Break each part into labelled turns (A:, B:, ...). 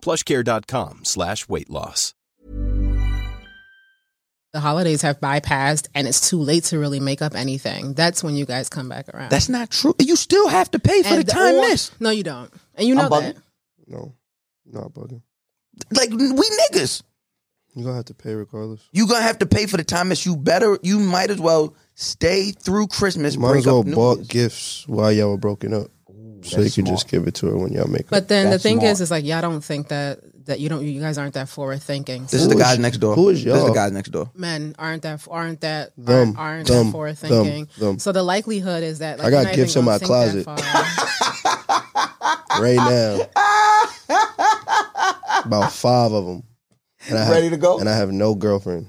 A: Plushcare.com slash weight loss.
B: The holidays have bypassed and it's too late to really make up anything. That's when you guys come back around.
C: That's not true. You still have to pay for
B: And
C: the time
B: or-
C: missed.
B: No, you don't. And you know
C: I'm bugging.
B: that.
D: No, not bugging.
C: Like we niggas.
D: You're gonna have to pay regardless.
C: You gonna have to pay for the time missed. You better. You might as well stay through Christmas.
D: Might
C: break
D: as well
C: up New
D: bulk
C: Year's.
D: gifts while y'all were broken up, so you
C: that's
D: can just
C: smart.
D: give it to her when y'all make up.
B: But then
C: That's
B: the thing
C: smart.
B: is, is like y'all don't think that that you don't you guys aren't that forward thinking.
C: This is
D: Who
C: the
D: is-
C: guys next door.
D: who is
C: This is
D: y'all?
C: the guys next door.
B: Men aren't that aren't that
D: Them,
B: aren't, aren't
D: them,
B: that forward
D: them,
B: thinking.
D: them.
B: So the likelihood is that like,
D: I
B: you're
D: got
B: not
D: gifts
B: even
D: in
B: gonna
D: my
B: think that far.
D: right now. About five of them. And I
C: Ready
D: have,
C: to go?
D: And I have no girlfriend.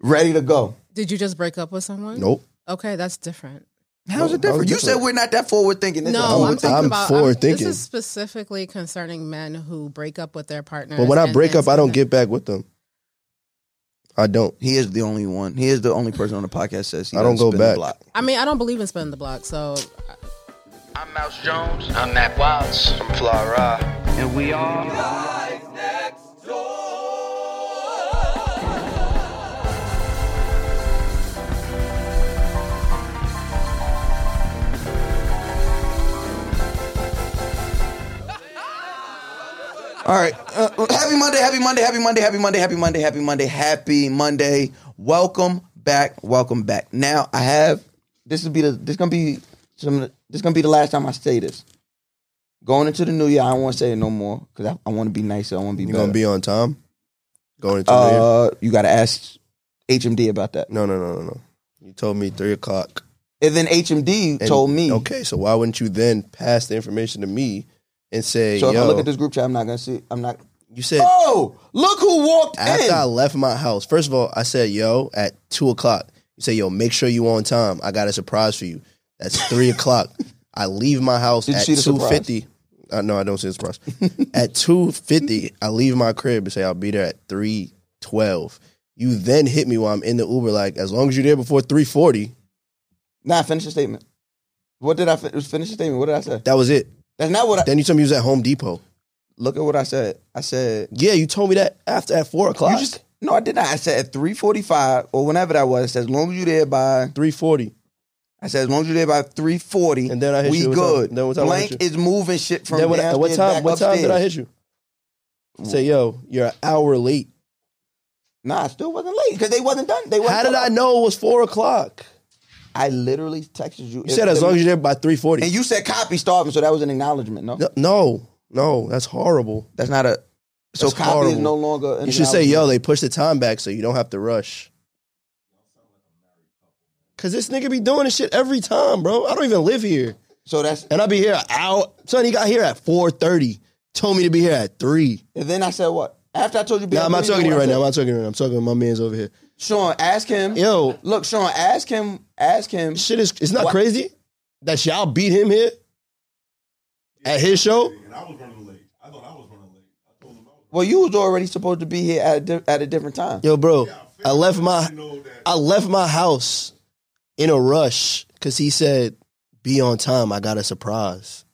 C: Ready to go.
B: Did you just break up with someone?
D: nope.
B: Okay, that's different.
C: How's it different? You said we're not that forward thinking. This is
B: No,
C: forward
B: I'm talking
D: I'm
B: about
D: forward
B: This
D: thinking.
B: is specifically concerning men who break up with their partner.
D: But when I break up, I don't get back with them. I don't.
C: He is the only one. He is the only person on the podcast that says he
D: I don't
C: doesn't
D: go
C: spin the
D: back.
C: block.
B: I mean, I don't believe in spinning the block. So
E: I'm Mouse Jones. I'm Matt Wilds. I'm Fly And we are.
C: All right. Uh, happy Monday. Happy Monday. Happy Monday. Happy Monday. Happy Monday. Happy Monday. Happy Monday. Welcome back. Welcome back. Now I have. This will be the. This gonna be some. This gonna be the last time I say this. Going into the new year, I don't want to say it no more because I, I want to be nicer. I want to be.
D: You
C: better.
D: gonna be on time? Going into the year?
C: Uh, you gotta ask HMD about that.
D: No, no, no, no, no. You told me three o'clock.
C: And then HMD
D: and-
C: told me.
D: Okay, so why wouldn't you then pass the information to me and say,
C: So if
D: yo,
C: I look at this group chat, I'm not gonna see. I'm not.
D: you said
C: Oh, look who walked
D: after
C: in.
D: I left my house, first of all, I said, yo, at two o'clock, you say, yo, make sure you on time. I got a surprise for you. That's three o'clock. I leave my house
C: Did you
D: at
C: see the
D: two
C: surprise?
D: fifty. Uh, no, I don't see the surprise. at two fifty, I leave my crib and say I'll be there at three twelve. You then hit me while I'm in the Uber, like as long as you're there before three forty.
C: Nah, finish the statement. What did I fi- finish the statement? What did I say?
D: That was it.
C: That's not what I.
D: Then you told me you was at Home Depot.
C: Look at what I said. I said
D: Yeah, you told me that after at four
C: you
D: o'clock.
C: just no, I did not. I said at three forty five or whenever that was. I said as long as you there by
D: three forty.
C: I said as long as you there by three forty
D: And then I hit
C: we
D: you with
C: good.
D: something. Then what time I
C: Blank
D: hit you?
C: is moving shit from
D: Then what,
C: downstairs
D: at what time?
C: back
D: What time did I
C: upstairs.
D: hit you? Say, yo, you're an hour late.
C: Nah, I still wasn't late because they wasn't done. They wasn't
D: How did
C: done.
D: I know it was four o'clock?
C: I literally texted you.
D: You said as long as you're there by three forty.
C: and you said copy starving, so that was an acknowledgement. No,
D: No, no, that's horrible.
C: that's not a. So
D: That's
C: copy is
D: horrible.
C: no longer. An
D: You should say, yo,
C: acknowledgement.
D: they pushed the time back so you don't have to rush. Cause this nigga be doing this shit every time, bro. I don't even live here,
C: So that's
D: and I be here an hour. Son, he got here at four thirty. Told me to be here at three.
C: and then I said what after I told you.
D: Nah, I'm not
C: what did
D: talking to you
C: do? I
D: right
C: said,
D: now. I'm not talking to you. right now. I'm talking to my man's over here.
C: Sean, ask him.
D: Yo,
C: Look, Sean, ask him. Ask him.
D: shit is it's not
C: What?
D: crazy that y'all beat him here at his show.
C: Well, you was already supposed to be here at a di- at a different time.
D: Yo, bro, I left my I left my house in a rush because he said, "Be on time. I got a surprise."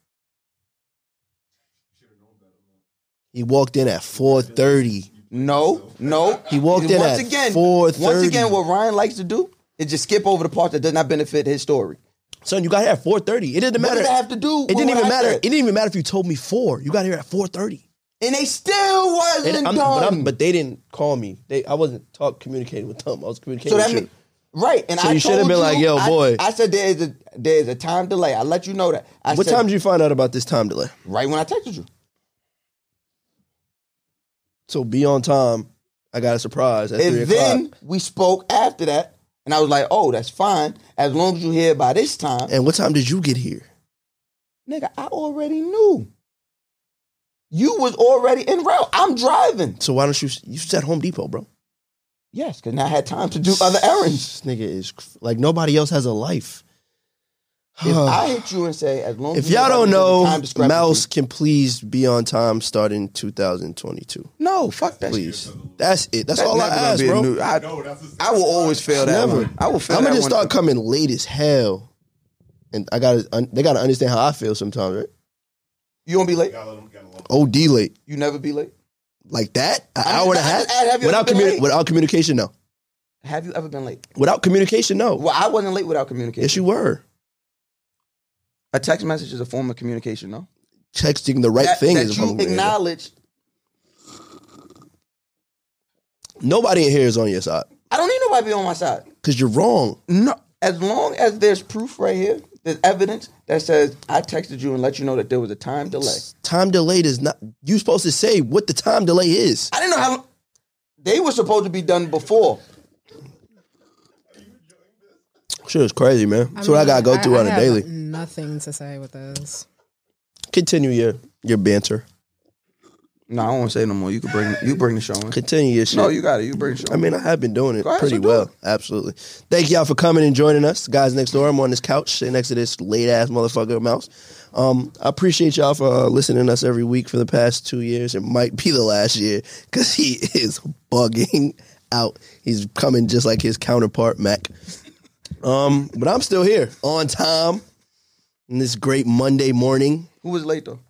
D: He walked in at four thirty.
C: No, no.
D: He walked in
C: once
D: at
C: again.
D: 4:30.
C: Once again, what Ryan likes to do is just skip over the part that does not benefit his story.
D: Son, you got here at four thirty. It didn't
C: What
D: matter.
C: does that have to do?
D: it didn't even matter. It
C: It,
D: didn't even matter if you told me four. You got here at four thirty.
C: and they still wasn't
D: And I'm-
C: done.
D: but, I'm- but they didn't call me. They I wasn't talk communicating with them. I was communicating
C: so that
D: with
C: mean,
D: you.
C: right? And
D: So
C: I
D: you should have
C: told
D: been like, yo,
C: I-
D: boy.
C: I, said there is a there is a time delay. I let you know that. I
D: What
C: said,
D: time did you find out about this time delay?
C: Right when I texted you.
D: So be on time. I got a surprise at three
C: And then
D: o'clock.
C: we spoke after that, and I was like, "Oh, that's fine, as long as you here by this time."
D: And what time did you get here?
C: Nigga, I already knew. You was already in route. I'm driving.
D: So why don't you you was at Home Depot, bro?
C: Yes, because now I had time to do other errands.
D: This nigga is cr- like nobody else has a life.
C: If I hit you and say, as long as
D: If
C: you
D: y'all
C: know
D: don't
C: there's a time
D: know,
C: discrepancy-
D: Mouse can please be on time starting 2022.
C: no, fuck that. shit.
D: Please, that's it. That's
C: That's
D: all I
C: never gonna
D: ask,
C: be a
D: bro.
C: new- I, I will always fail that
D: Never.
C: one. I will fail
D: I'm
C: that
D: gonna just
C: one.
D: start coming late as hell, and I got to they gotta understand how I feel sometimes, right?
C: You won't be late.
D: Od late
C: You never be late.
D: like that, an
C: I'm
D: hour and a
C: just- I'm
D: half
C: just asking, have you
D: without
C: ever been
D: communi-
C: late?
D: without communication. No,
C: Have you ever been late?
D: without communication. No.
C: Well, I wasn't late without communication.
D: Yes, you were
C: A text message is a form of communication, no?
D: texting the right
C: that,
D: thing.
C: that
D: is a
C: you
D: problem.
C: acknowledge.
D: Nobody in here is on your side
C: I don't need nobody to be on my side.
D: because you're wrong.
C: No, as long as there's proof right here, there's evidence that says I texted you and let you know that there was a time delay.
D: Time delayed is not. You're supposed to say what the time delay is.
C: I didn't know how they were supposed to be done before.
D: Shit is crazy, man. That's what I
B: mean,
D: gotta go through on a
B: have
D: daily.
B: Nothing to say with this.
D: Continue your your banter.
C: No, I do not want to say no more. You can bring you bring the show in.
D: Continue your shit.
C: No, you got it. You bring the show.
D: I
C: In.
D: mean, I have been doing it
C: ahead,
D: pretty
C: so do
D: well.
C: it.
D: Absolutely. Thank y'all for coming and joining us, guys. Next door, I'm on this couch sitting next to this late ass motherfucker mouse. Um, I appreciate y'all for uh, listening to us every week for the past two years. It might be the last year because he is bugging out. He's coming just like his counterpart Mac. Um, but I'm still here on time. In this great Monday morning,
C: Who was late though?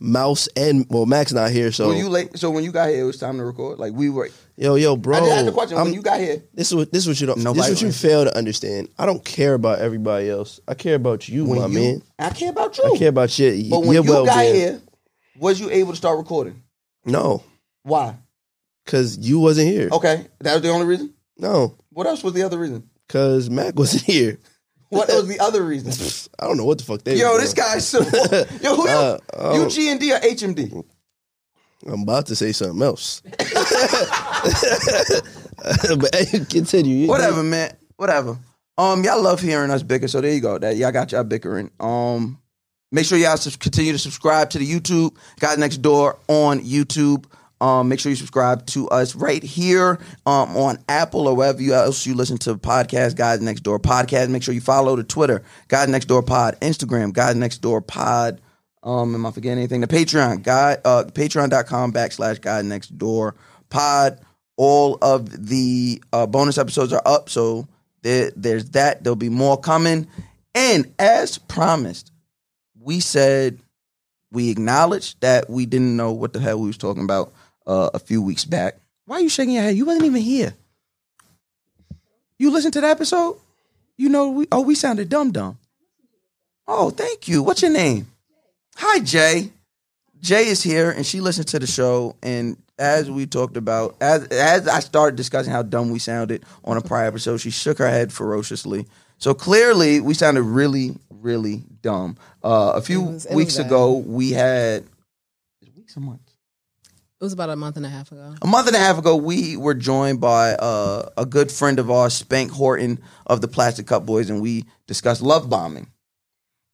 D: Mouse and well, Mac's not here, so
C: Were you late? So when you got here, it was time to record. Like we were.
D: yo, yo, bro.
C: I just asked the question
D: I'm-
C: when you got here.
D: This is what this is what you don't.
C: Nobody
D: this is what you
C: likes
D: fail to understand. I don't care about everybody else. I care about you,
C: When
D: my
C: you,
D: man.
C: I care about you.
D: I care about your
C: but when
D: your
C: you
D: well
C: got
D: being.
C: here, was you able to start recording?
D: No,
C: Why?
D: because you wasn't here.
C: Okay, that was the only reason.
D: No,
C: What else was the other reason?
D: because Mac wasn't here.
C: What was the other reason?
D: I don't know what the fuck they.
C: Yo,
D: were
C: this
D: doing.
C: guy's so. Yo, who
D: Uh, oh.
C: else? UGND or HMD?
D: I'm about to say something else. but hey, continue. You-
C: Whatever, man. Whatever. Um, y'all love hearing us bicker, so there you go. That y'all got y'all bickering. Um, make sure y'all sus- continue to subscribe to the YouTube guys next door on YouTube. Um, make sure you subscribe to us right here um, on Apple or wherever you else you listen to podcast. Guys next door podcast. Make sure you follow the Twitter guys next door pod, Instagram guys next door pod. Um, am I forgetting anything? The Patreon guy, uh, patreon.com backslash guy next door pod. All of the uh, bonus episodes are up, so there, there's that. There'll be more coming. And as promised, we said we acknowledged that we didn't know what the hell we was talking about uh, a few weeks back. Why are you shaking your head? You wasn't even here. You listened to the episode. You know we oh we sounded dumb dumb. Oh, thank you. What's your name? Hi, Jay. Jay is here, and she listened to the show. And as we talked about, as as I started discussing how dumb we sounded on a prior episode, she shook her head ferociously. So clearly, we sounded really, really dumb. Uh, a few
B: It was- it was
C: weeks
B: bad.
C: ago, we had weeks a month.
B: It was about a month and a half ago.
C: A month and a half ago, we were joined by uh, a good friend of ours, Spank Horton of the Plastic Cup Boys, and we discussed love bombing.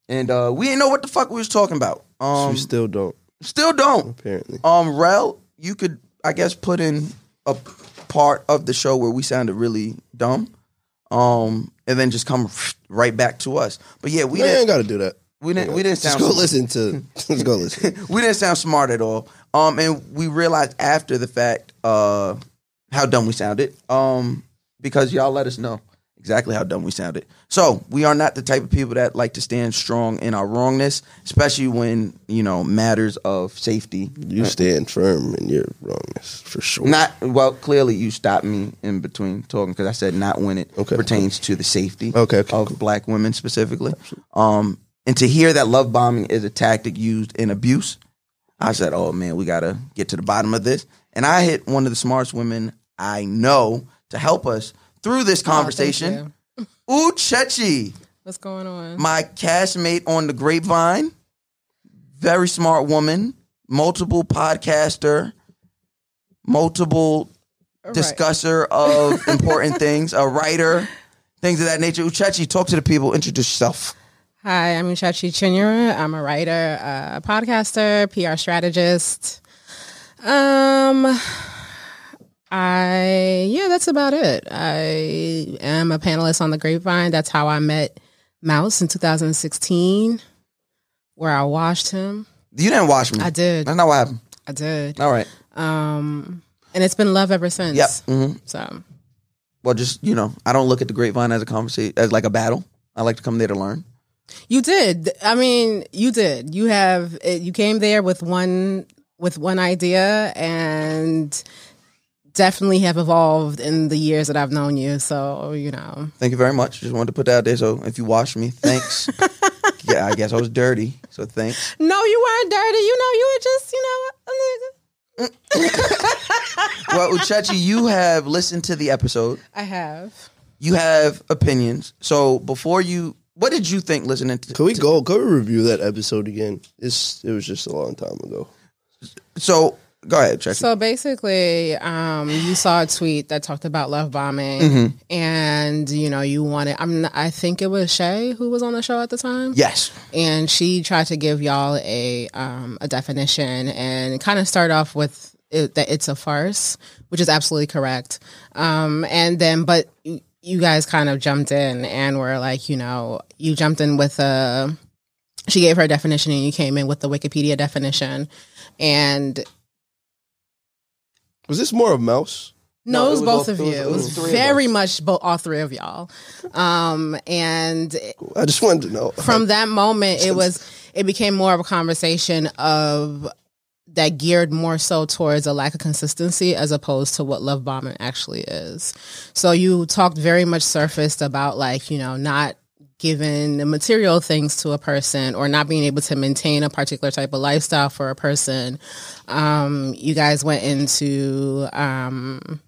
C: And uh, we didn't know what the fuck we was talking about. Um,
D: you still don't
C: still don't.
D: apparently.
C: Um, Rel, you could, I guess, put in a part of the show where we sounded really dumb, um, and then just come right back to us. But yeah, we
D: We ain't
C: didn't,
D: got to do that.
C: we didn't, we didn't
D: Just
C: sound
D: go listen to. Let's go listen.
C: we didn't sound smart at all. Um, and we realized after the fact, uh, how dumb we sounded. Um, because y'all let us know exactly how dumb we sounded. So we are not the type of people that like to stand strong in our wrongness, especially when you know matters of safety
D: You stand firm in your wrongness for sure.
C: Not well. Clearly, you stopped me in between talking because I said not when it
D: Okay.
C: pertains to the safety
D: Okay, okay,
C: of black women specifically. Um, and to hear that love bombing is a tactic used in abuse, I said, "Oh man, we gotta get to the bottom of this." And I hit one of the smartest women I know to help us through this conversation. Ooh, Chechi,
B: Oh, What's going on?
C: my castmate on the grapevine, very smart woman, multiple podcaster, multiple
B: Right.
C: discusser of important things, a writer, things of that nature. Uchechi, talk to the people, introduce yourself.
B: Hi, I'm Uchachi Chinyera. I'm a writer, a podcaster, PR strategist. Um, I yeah, that's about it. I am a panelist on the Grapevine. That's how I met Mouse in 2016, where I watched him.
C: You didn't watch me.
B: I did.
C: That's not what happened.
B: I did.
C: All right.
B: Um, and it's been love ever since.
C: Yep. hmm
B: So
C: Well, just you know, I don't look at the grapevine as a conversation as like a battle. I like to come there to learn.
B: You did. I mean, you did. You have. eh, You came there with one with one idea, and definitely have evolved in the years that I've known you. So you know,
C: Thank you very much. Just wanted to put that out there. So if you watch me, thanks. yeah, I guess I was dirty. So thanks.
B: no, you weren't dirty. You know, you were just you know.
C: Well, Uchechi, you have listened to the episode.
B: I have.
C: You have opinions. So before you, what did you think listening to?
D: Can we go? Can we review that episode again? It's it was just a long time ago.
C: So go ahead, Uchechi.
B: So basically, um, you saw a tweet that talked about love bombing, and you know, you wanted. I'm. I think it was Shay who was on the show at the time.
C: yes.
B: and she tried to give y'all a um, a definition and kind of start off with it, that it's a farce, which is absolutely correct. Um, and then, but you- you guys kind of jumped in and were like, you know, you jumped in with a. She gave her definition, and you came in with the Wikipedia definition, and
D: Was this more of Mouse?
C: No,
B: no, it was
C: it was
B: both
C: all-
B: of
C: it
B: you.
C: was-
B: It
C: it was
B: was
C: three of
B: very much bo- all three of y'all, um, and
D: I just wanted to know.
B: from that moment it was it became more of a conversation of that geared more so towards a lack of consistency as opposed to what love bombing actually is so you talked very much surfaced about like you know not giving the material things to a person or not being able to maintain a particular type of lifestyle for a person um you guys went into um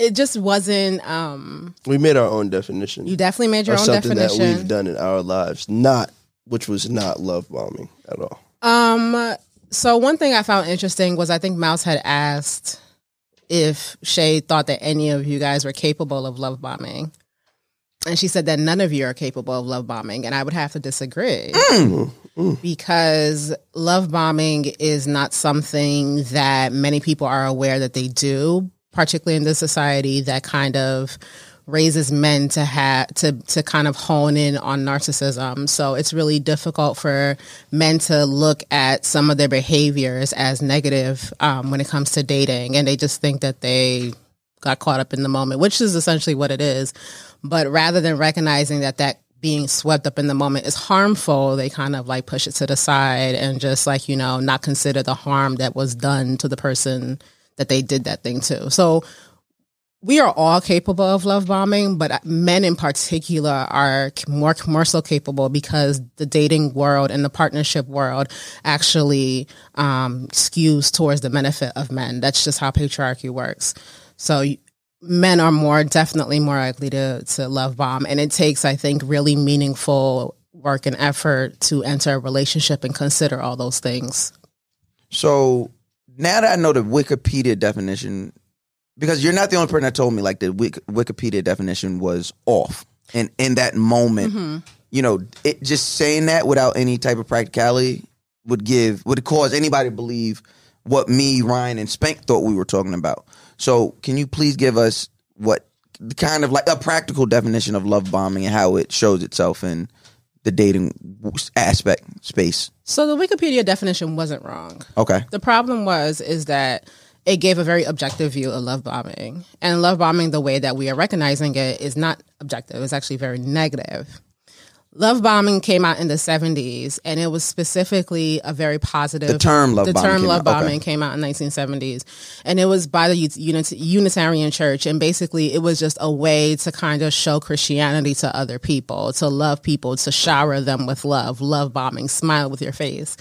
B: it just wasn't um
D: we made our own definition.
B: you definitely made your
D: or
B: own
D: something
B: definition
D: that we've done in our lives, not which was not love bombing at all.
B: Um. So one thing I found interesting was I think Mouse had asked if Shay thought that any of you guys were capable of love bombing, and she said that none of you are capable of love bombing, and I would have to disagree because love bombing is not something that many people are aware that they do, particularly in this society that kind of raises men to have to to kind of hone in on narcissism. So it's really difficult for men to look at some of their behaviors as negative um, when it comes to dating, and they just think that they got caught up in the moment, which is essentially what it is. But rather than recognizing that that being swept up in the moment is harmful, they kind of like push it to the side and just like, you know, not consider the harm that was done to the person that they did that thing to. So we are all capable of love bombing, but men in particular are c- more more so capable because the dating world and the partnership world actually um, skews towards the benefit of men. That's just how patriarchy works. So y- men are more definitely more likely to to love bomb, and it takes, I think, really meaningful work and effort to enter a relationship and consider all those things.
C: So now that I know the Wikipedia definition, because you're not the only person that told me like the Wik- Wikipedia definition was off, and in that moment, you know, it just saying that without any type of practicality would give would cause anybody to believe what me, Ryan, and Spank thought we were talking about. So can you please give us what kind of like a practical definition of love bombing and how it shows itself in the dating aspect space?
B: So the Wikipedia definition wasn't wrong.
C: Okay.
B: The problem was is that it gave a very objective view of love bombing. And love bombing the way that we are recognizing it is not objective. It's actually very negative. Love bombing came out in the 70s and it was specifically a very positive
C: The term love
B: the
C: bombing
B: term
C: came
B: love
C: out, okay.
B: bombing came out in 1970s and it was by the Ut- Unit- Unitarian Church and basically it was just a way to kind of show Christianity to other people, to love people, to shower them with love, love bombing, smile with your face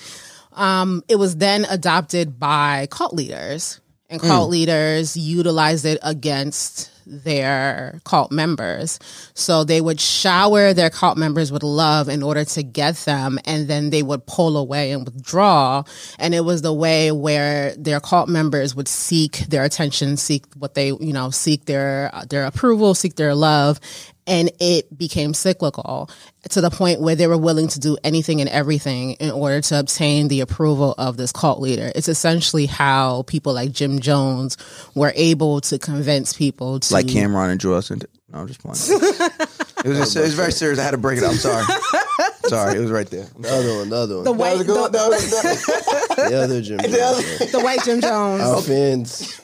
B: Um, it was then adopted by cult leaders, and cult leaders utilized it against their cult members. So they would shower their cult members with love in order to get them, and then they would pull away and withdraw. And it was the way where their cult members would seek their attention, seek what they, you know, seek their their approval, seek their love, and it became cyclical to the point where they were willing to do anything and everything in order to obtain the approval of this cult leader. It's essentially how people like Jim Jones were able to convince people to
C: like Cameron and Joel. Sent- no, I'm just playing. it was just, Mm. it was very serious. I had to break it up. Sorry, sorry. It was right there.
D: The other one, the other one.
B: the white the,
C: That was good.
D: The other Jim Jones.
B: the white Jim Jones.
D: Our fans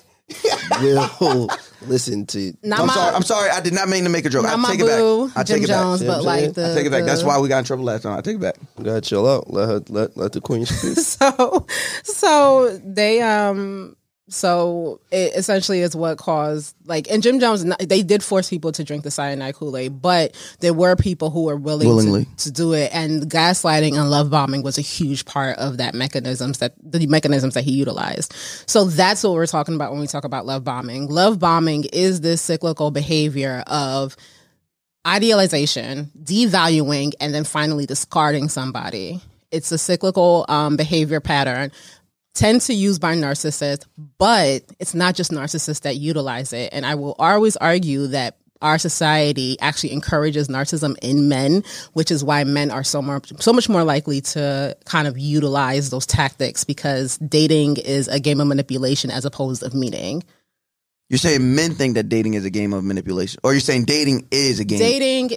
D: will listen to.
B: Not
C: I'm
B: my,
C: sorry. I'm sorry. I did not mean to make a joke.
B: not
C: I
B: my
C: take it
B: boo,
C: back. I
B: Jim
C: take it
B: Jones,
C: back.
D: Yeah,
B: but like
D: yeah.
B: the
C: I take it back. That's
B: the-
C: why we got in trouble last time. I take it back.
D: Gotta chill out. Let her. Let, let the queen speak.
B: so so they um so it essentially is what caused like and Jim Jones they did force people to drink the cyanide Kool Aid, but there were people who were willing
C: Willingly.
B: to, to do it, and gaslighting and love bombing was a huge part of that mechanisms that the mechanisms that he utilized. So that's what we're talking about when we talk about love bombing. Love bombing is this cyclical behavior of idealization, devaluing, and then finally discarding somebody. It's a cyclical um, behavior pattern tend to use by narcissists, but it's not just narcissists that utilize it. And I will always argue that our society actually encourages narcissism in men, which is why men are so more so much more likely to kind of utilize those tactics because dating is a game of manipulation as opposed of meeting.
C: You're saying men think that dating is a game of manipulation, or you're saying dating is a game.
B: Dating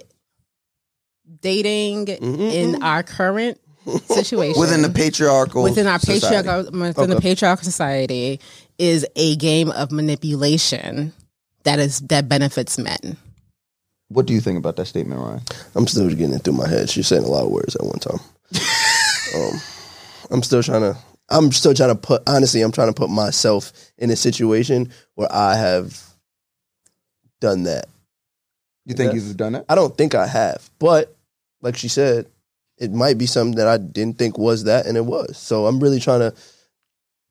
B: dating
D: Mm-hmm,
B: in our current situation
C: within the patriarchal
B: within our
C: society.
B: patriarchal within the patriarchal society is a game of manipulation that is that benefits men.
C: What do you think about that statement, Ryan?
D: I'm still getting it through my head. She's saying a lot of words at one time. um, I'm still trying to. I'm still trying to put. Honestly, I'm trying to put myself in a situation where I have done that.
C: You think
D: Yes.
C: you've done that?
D: I don't think I have, but like she said, it might be something that I didn't think was that, and it was. So I'm really trying to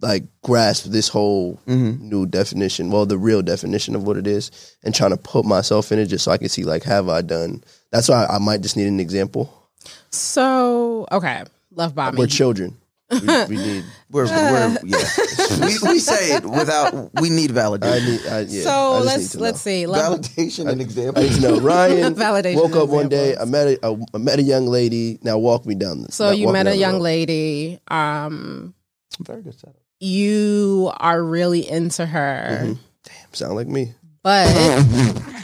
D: like grasp this whole
C: Mm-hmm.
D: new definition, well, the real definition of what it is, and trying to put myself in it just so I can see like, have I done? That's why I might just need an example.
B: So okay, love bombing.
D: We're children. we, we need.
C: We're, we're yeah. we, we say it without we need
D: I
C: validation.
D: need. I, yeah, I
B: so let's
D: just need to
B: let's
D: know.
B: see. Love,
C: Validation and
D: I
C: example.
D: need to know. Ryan
B: Validation
D: woke up one day. I
B: examples.
D: met a, I, I met a young lady. Now walk me down. The,
B: so you
D: walk me
B: met
D: down
B: a
D: the
B: young
D: road.
B: lady. Um,
C: Very good setup.
B: you are really into her,
D: Mm-hmm. Sound like me?
B: but.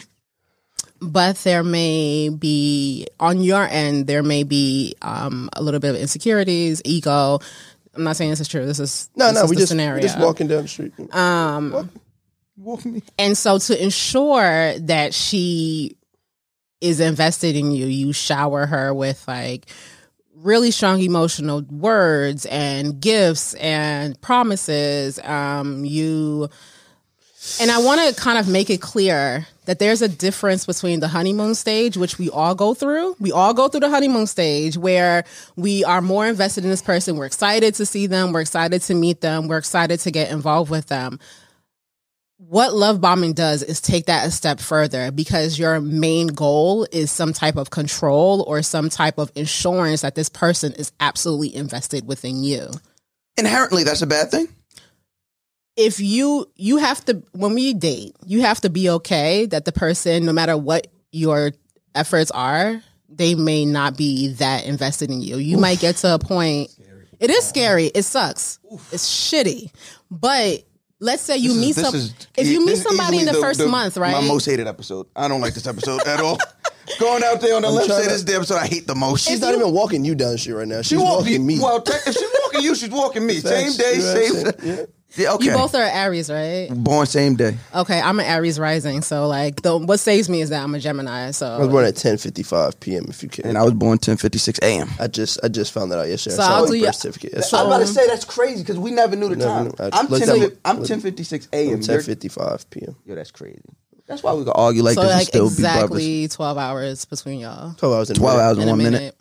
B: But there may be on your end, there may be um, a little bit of insecurities, ego. I'm not saying this is true. This is
D: No,
B: this
D: no.
B: is
D: We
B: the
D: just
B: scenario.
D: we just walking down the street.
B: Um,
C: Walk me.
B: and so to ensure that she is invested in you, you shower her with like really strong emotional words and gifts and promises. Um, you and I want to kind of make it clear that there's a difference between the honeymoon stage, which we all go through. We all go through the honeymoon stage where we are more invested in this person. We're excited to see them. We're excited to meet them. We're excited to get involved with them what love bombing does is take that a step further because your main goal is some type of control or some type of insurance that this person is absolutely invested within you.
C: Inherently, that's a bad thing.
B: If you you have to when we date, you have to be okay that the person no matter what your efforts are, they may not be that invested in you. You might get to a point It is scary. It sucks. It's shitty. But let's say you
C: This is-
B: meet
C: this
B: some
C: is-
B: if you meet
C: this is
B: somebody in
C: easily
B: the, first month, right?
C: My most hated episode. I don't like this episode at all. Going out there on the
D: I'm
C: left
D: trying
C: side,
D: to-
C: this damn episode I hate the most.
D: She's not even walking you down the street right now. She's walking me.
C: Well, te- if she's walking you, she's walking me.
D: Facts.
C: Same day,
D: You know what I'm
C: same.
D: saying?
C: Yeah, okay.
B: You both are Aries, right?
C: born same day.
B: Okay, I'm an Aries rising, so like the what saves me is that I'm a Gemini.
D: I was
B: So
D: born at 10:55 p.m. If you care.
C: And I was born 10:56 a.m.
D: I just I just found that out yesterday.
B: So
D: I saw
B: I'll
D: my
B: do
D: birth
B: ya-
D: certificate. That's
C: I'm
D: all.
C: about to say that's crazy because we never knew the
D: Never
C: time.
D: knew. I
C: I'm
D: looked
C: 10,
D: up-
C: I'm
D: looked-
C: 10:56 a.m. You're-
D: 10:55 p.m.
C: Yo, that's crazy. That's why we could argue like
B: so
C: this
B: like
C: and still be brothers.
B: exactly twelve hours between y'all.
D: Twelve hours. In
C: 12
D: bed.
C: hours in,
B: In a
C: one minute.
B: minute.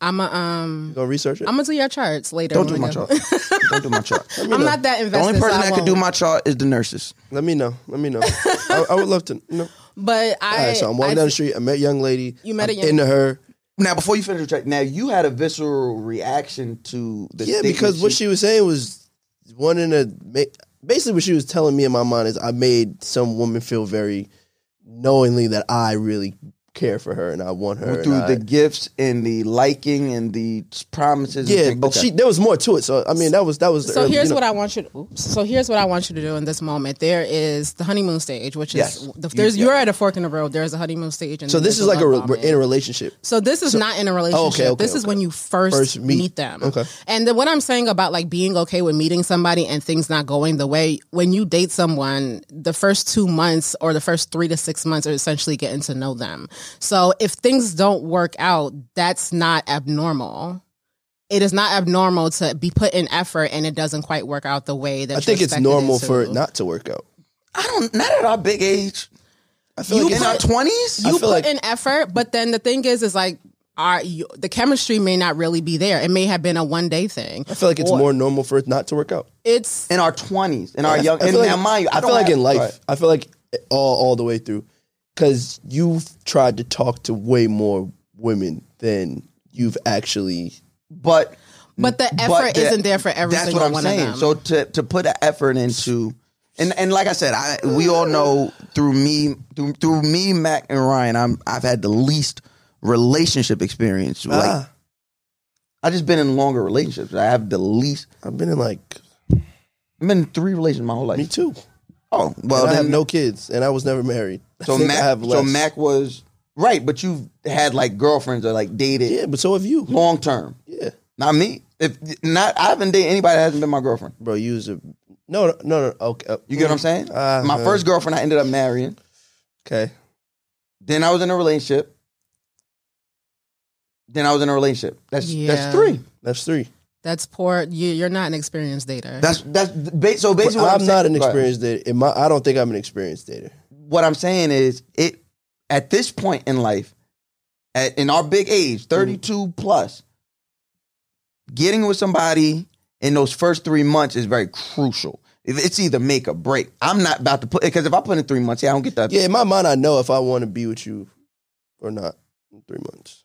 B: I'm a um.
D: Gonna research it.
B: I'm gonna do your charts later.
C: Don't
B: when
C: do
B: we
C: my
B: go.
C: chart. Don't do my chart.
B: I'm not that invested.
C: The only
B: so
C: person
B: I
C: that could
B: won't.
C: do my chart is the nurses.
D: Let me know. Let me know. I, I would love to know.
B: But I.
D: All right, so I'm walking
B: I-
D: down the street. I met a young lady.
B: You met a
D: I'm
B: young-
D: into her.
C: Now, before you finish your track, now you had a visceral reaction to the
D: Yeah,
C: statement
D: because what she was saying was wanting to make. Basically, what she was telling me in my mind is I made some woman feel very knowingly that I really care for her and I want her. and
C: through
D: I-
C: the gifts and the liking and the promises. and
D: yeah,
C: things
D: but
C: like that.
D: she there was more to it. So I mean, that was that was.
B: So here's what I want you to. Oops. So here's what I want you to do in this moment. There is the honeymoon stage, which
C: Yes.
B: is the, there's
C: You-
B: you're at a fork in the road. There's a honeymoon stage, and
D: So
B: then
D: this
B: there's
D: is like a
B: love
D: re- we're
B: bombing.
D: in a relationship.
B: So this is not in a relationship.
D: Oh, okay,
B: this is
D: okay.
B: when you first,
D: First meet.
B: meet. them.
D: Okay.
B: And then what I'm saying about like being okay with meeting somebody and things not going the way when you date someone, the first two months or the first three to six months are essentially getting to know them. So if things don't work out, that's not abnormal. It is not abnormal to be put in effort and it doesn't quite work out the way that
D: I think
B: you
D: it's
B: expected
D: normal
B: to.
D: for it not to work out.
C: I don't. Not at our big age.
D: I feel
B: You
D: like
C: in
D: it's-
C: our twenties.
B: you
D: feel
B: put
D: like-
B: in effort, but then the thing is, is like, are you, the chemistry may not really be there. It may have been a one day thing.
D: I feel like it's
B: Or-
D: more normal for it not to work out.
B: It's
C: In our twenties. In our young.
D: I
C: And
D: feel like,
C: now, mind you, I,
D: I
C: don't
D: feel like
C: have-
D: in life,
C: Right.
D: I feel like all all the way through, because you've tried to talk to way more women than you've actually.
C: but
B: but the effort
C: but the-
B: isn't there for every
C: that's
B: single
C: what I'm
B: one
C: saying.
B: of them.
C: So to to put an effort into, and and like I said, I we all know through me through through me Mac and Ryan, I'm I've had the least relationship experience. Like
D: Ah.
C: I just been in longer relationships. I have the least.
D: I've been in like
C: I've been in three relationships my whole life.
D: me too.
C: Oh well,
D: Well, I
C: then
D: have no kids, and I was never married. I
C: So
D: think
C: Mac,
D: I have
C: so
D: less.
C: Mac was right, but you had like girlfriends or like dated
D: yeah, but so have you.
C: long term.
D: Yeah,
C: Not me. If not, I haven't dated anybody that hasn't been my girlfriend.
D: bro, you was a no, no, no. no, Okay,
C: You get what I'm saying?
D: Uh,
C: my first girlfriend, I ended up marrying.
D: Okay,
C: Then I was in a relationship. Then I was in a relationship. That's
B: Yeah.
C: that's three.
D: that's three.
B: that's poor. You, you're not an experienced dater.
C: That's that's ba- so
D: But
C: basically. what
D: I'm,
C: I'm
D: not
C: saying-
D: an
C: Go ahead.
D: experienced dater. In my, I don't think I'm an experienced dater.
C: What I'm saying is it at this point in life, at in our big
D: Mm.
C: age, 32 plus, getting with somebody in those first three months is very crucial. It- It's either make or break. I'm not about to put because if I put in three months, yeah, I don't get that.
D: Yeah, in my mind, I know if I want to be with you or not in three months.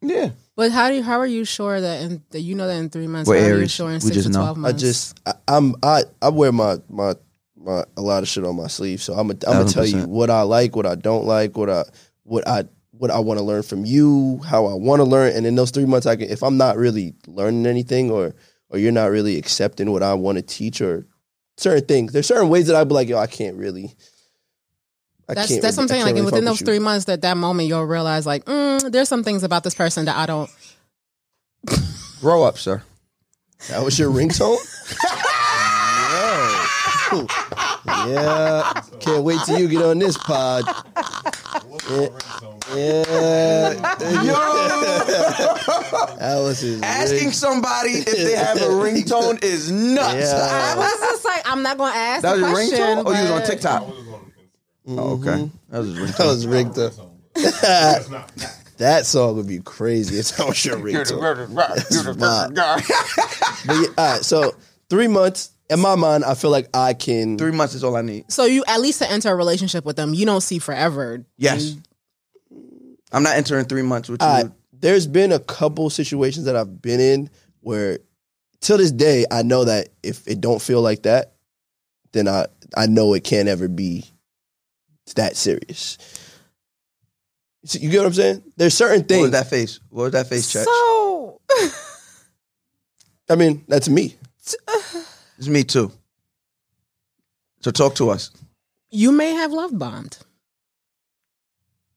C: yeah.
B: but how do you, how are you sure that in that you know that in three months?
C: We're
B: how are you
C: Aries.
B: sure
C: We
B: in six
C: just
B: to
C: know.
B: twelve
D: I
B: months?
D: just I, I'm I I wear my my my a lot of shit on my sleeve, so I'm i I'm gonna tell you
C: 1000%.
D: what I like, what I don't like, what I what I what I want to learn from you, how I want to learn, and in those three months, I can if I'm not really learning anything or or you're not really accepting what I want to teach or certain things, there's certain ways that I'd be like, yo, I can't really. I
B: that's
D: can't
B: that's
D: really-
B: what I'm saying.
D: I can't
B: Like
D: really
B: within
D: fuck with
B: those
D: you.
B: three months, that that moment you'll realize like mm, there's some things about this person that I don't.
C: Grow up, sir.
D: That was your ringtone? Yo. Yeah. Can't wait till you get on this pod. Yeah. yeah. That was his
C: Asking somebody if they have a ringtone is nuts.
D: Yeah.
B: I was just like, I'm not gonna ask
C: That was
B: the
C: your
B: question.
C: ringtone, or you was on
B: but-
C: TikTok? Oh, okay. That was his
D: That
C: ringtone.
D: was rigged up. that song would be crazy if that was your ringtone. But yeah, all right, so three months. In my mind, I feel like I can.
C: Three months is all I need.
B: So you at least to enter a relationship with them, you don't see forever.
C: Yes. I'm not entering three months with you.
D: I, Uh, there's been a couple situations that I've been in where, till this day, I know that if it don't feel like that, then I I know it can't ever be that serious. So you get what I'm saying? There's certain
C: what was
D: things.
C: that face? What was that face, Church?
B: So
D: I mean, that's me.
C: it's me too. So talk to us.
B: you may have love bombed.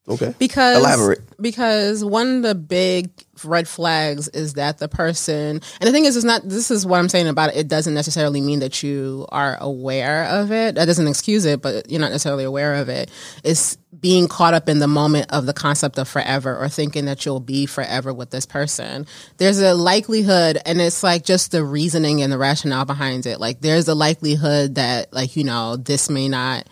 D: Okay.
B: because
C: Elaborate.
B: because one of the big red flags is that the person and the thing is it's not this is what i'm saying about it it doesn't necessarily mean that you are aware of it that doesn't excuse it but you're not necessarily aware of it it's being caught up in the moment of the concept of forever or thinking that you'll be forever with this person there's a likelihood and it's like just the reasoning and the rationale behind it like there's a likelihood that like you know this may not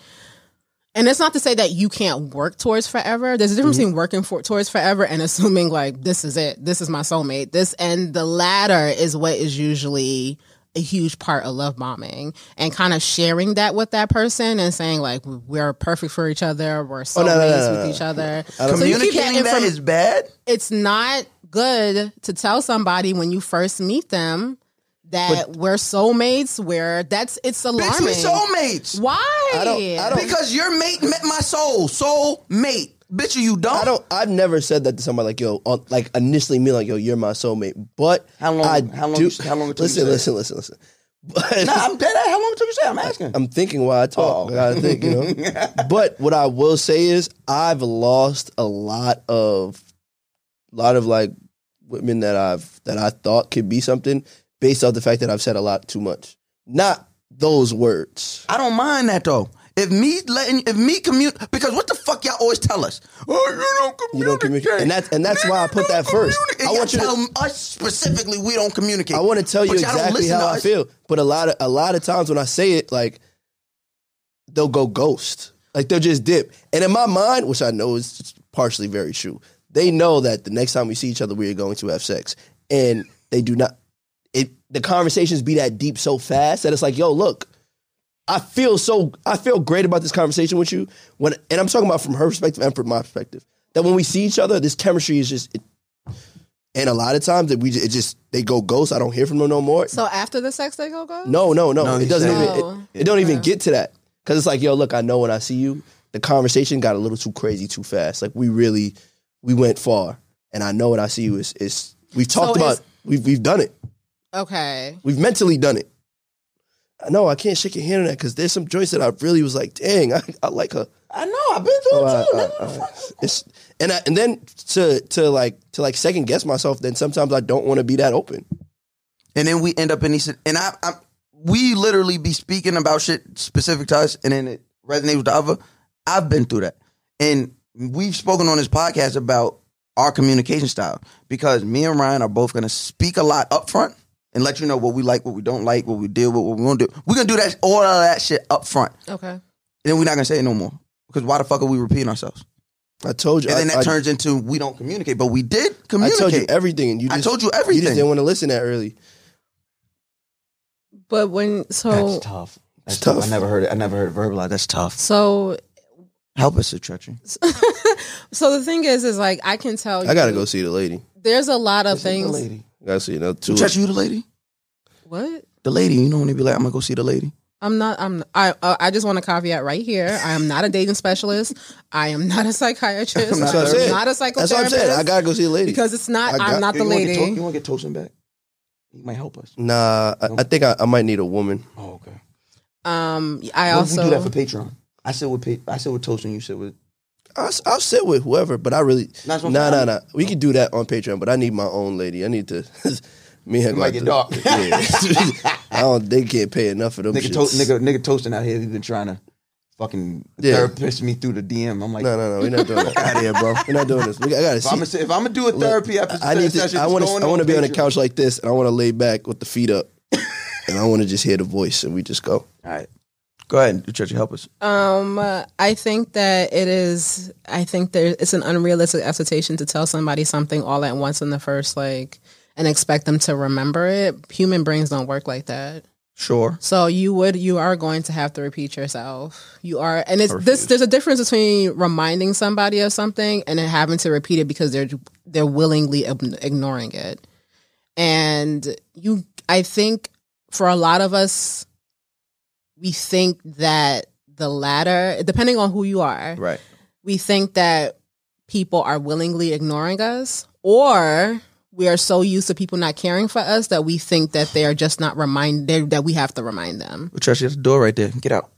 B: And it's not to say that you can't work towards forever. There's a difference between
D: Mm-hmm.
B: working for towards forever and assuming like this is it. This is my soulmate. This and the latter is what is usually a huge part of love bombing and kind of sharing that with that person and saying like we're perfect for each other. We're soulmates
D: Oh, no, no, no, no, Uh,
B: with each other. So you keep
C: Communicating that
B: inform-
C: is bad.
B: it's not good to tell somebody when you first meet them that we're soulmates. Where that's it's alarming.
C: Bitch, we soulmates.
B: Why?
D: I don't- I don't-
C: Because your mate met my soul. Soul mate. Bitch, you don't.
D: I don't. I've never said that to somebody like yo, on, like initially me like yo, you're my soulmate. But
C: How long-
D: I
C: how long
D: do-
C: you- how long until you
D: listen,
C: say it?
D: listen, listen, listen. But
C: Nah, I'm dead. ass. How long took you say? I'm asking.
D: I'm thinking while I talk. I gotta think, you know. but what I will say is I've lost a lot of lot of like women that I've that I thought could be something based off the fact that I've said a lot too much. Not those words.
C: I don't mind that though. If me letting, if me commute, because what the fuck y'all always tell us? Oh, you don't communicate.
D: You don't communicate. And that's- and that's why I put that first.
C: I want you tell to us specifically we don't communicate.
D: I want to tell you
C: But y'all don't
D: exactly
C: listen
D: how
C: to
D: I
C: us.
D: feel. But a lot of a lot of times when I say it, like they'll go ghost, like they'll just dip. And in my mind, which I know is partially very true, they know that the next time we see each other, we are going to have sex, and they do not. It the conversations be that deep so fast that it's like, yo, look. I feel so I feel great about this conversation with you when and I'm talking about from her perspective and from my perspective that when we see each other this chemistry is just it, and a lot of times that we ju- it just they go ghost I don't hear from them no more
B: So after the sex, they go go.
D: no no no,
C: No,
D: it doesn't
C: exactly.
D: even it, it don't even get to that cuz it's like yo look I know when I see you the conversation got a little too crazy too fast like we really we went far and I know when I see you is is we've talked
B: So
D: about
B: it's-
D: we've we've done it
B: Okay.
D: We've mentally done it. No, I can't shake your hand on that because there's some joints that I really was like, dang, I, I like her.
C: I know. I've been through
D: Uh,
C: it too.
D: uh,
C: Nigga,
D: uh, it's- and I, and then to to like to like second guess myself. Then sometimes I don't want to be that open.
C: and then we end up in these and I, I we literally be speaking about shit specific to us and then it resonates with the other i've been through that and we've spoken on this podcast about our communication style because me and ryan are both going to speak a lot up front and let you know what we like what we don't like what we deal with what we want to do we're going to do that all of that shit up front and
B: Okay.
C: then we're not going to say it no more because why the fuck are we repeating ourselves
D: I told you.
C: and then
D: I,
C: that
D: I-
C: turns into we don't communicate but we did
D: I
C: communicate
D: told you everything, and you
C: I
D: just,
C: told you
D: You
C: everything.
D: just didn't want to listen that early.
B: But when so
C: tough
D: That's tough. tough. I never
C: heard it. I never heard it verbalized. That's tough.
B: so
C: Help us, Treachery.
B: so the thing is is like I can
C: Oh,
B: tell
D: I gotta
B: you-
D: go see the lady.
B: There's a lot of things.
C: lady.
D: I gotta see another two.
C: Treachery, you the lady?
B: What?
C: The lady. You know when they be like, I'm gonna go see the lady.
B: I'm not. I'm. I. Uh, I just want to caveat right here. I am not a dating specialist. I am not a psychiatrist.
D: That's what I
B: I'm
D: said.
B: not a psychotherapist.
D: That's what I'm saying. I gotta go see the lady.
B: because it's not.
D: I got-
B: I'm not the
C: you
B: lady.
C: Wanna get, to- you wanna get Tosin back? He might help us.
D: nah, I, I think I, I might need a woman.
C: Oh, okay.
B: um. I
C: What if we do that
B: also.
C: for Patreon? I said with pa- I said with Tosin. You said with.
D: I'll, s- I'll sit with whoever, but I really no
C: That's what I'm
D: no
C: saying.
D: no. We could do that on Patreon, but I need my own lady. I need to. me and her
C: might
D: got
C: get
D: to-
C: dark.
D: Yeah. I don't. They can't pay enough for them.
C: Nigga,
D: Nigga,
C: to- nigga, nigga Tosin out here. He's been trying to fucking
D: Yeah.
C: third piss me through the DM. I'm like,
D: No no no. We're not doing that. Out here, bro. We're not doing this. We, I gotta
C: if I'm
D: see.
C: gonna say- if I'm gonna do a therapy episode,
D: I need to. I want to. I want to be on the couch like this, and I want to lay back with the feet up, and I want to just hear the voice, and we just go.
C: All right, go ahead, Treachery, help us.
B: Um. uh, I think that it is. I think there. It's an unrealistic expectation to tell somebody something all at once in the first like, and expect them to remember it. Human brains don't work like that.
C: Sure.
B: So you would you are going to have to repeat yourself. You are and it's this there's a difference between reminding somebody of something and then having to repeat it because they're they're willingly ign- ignoring it. And you I think for a lot of us we think that the latter depending on who you are
C: Right.
B: we think that people are willingly ignoring us or we are so used to people not caring for us that we think that they are just not reminded that we have to remind them.
C: Treachery, that's the door right there. Get out.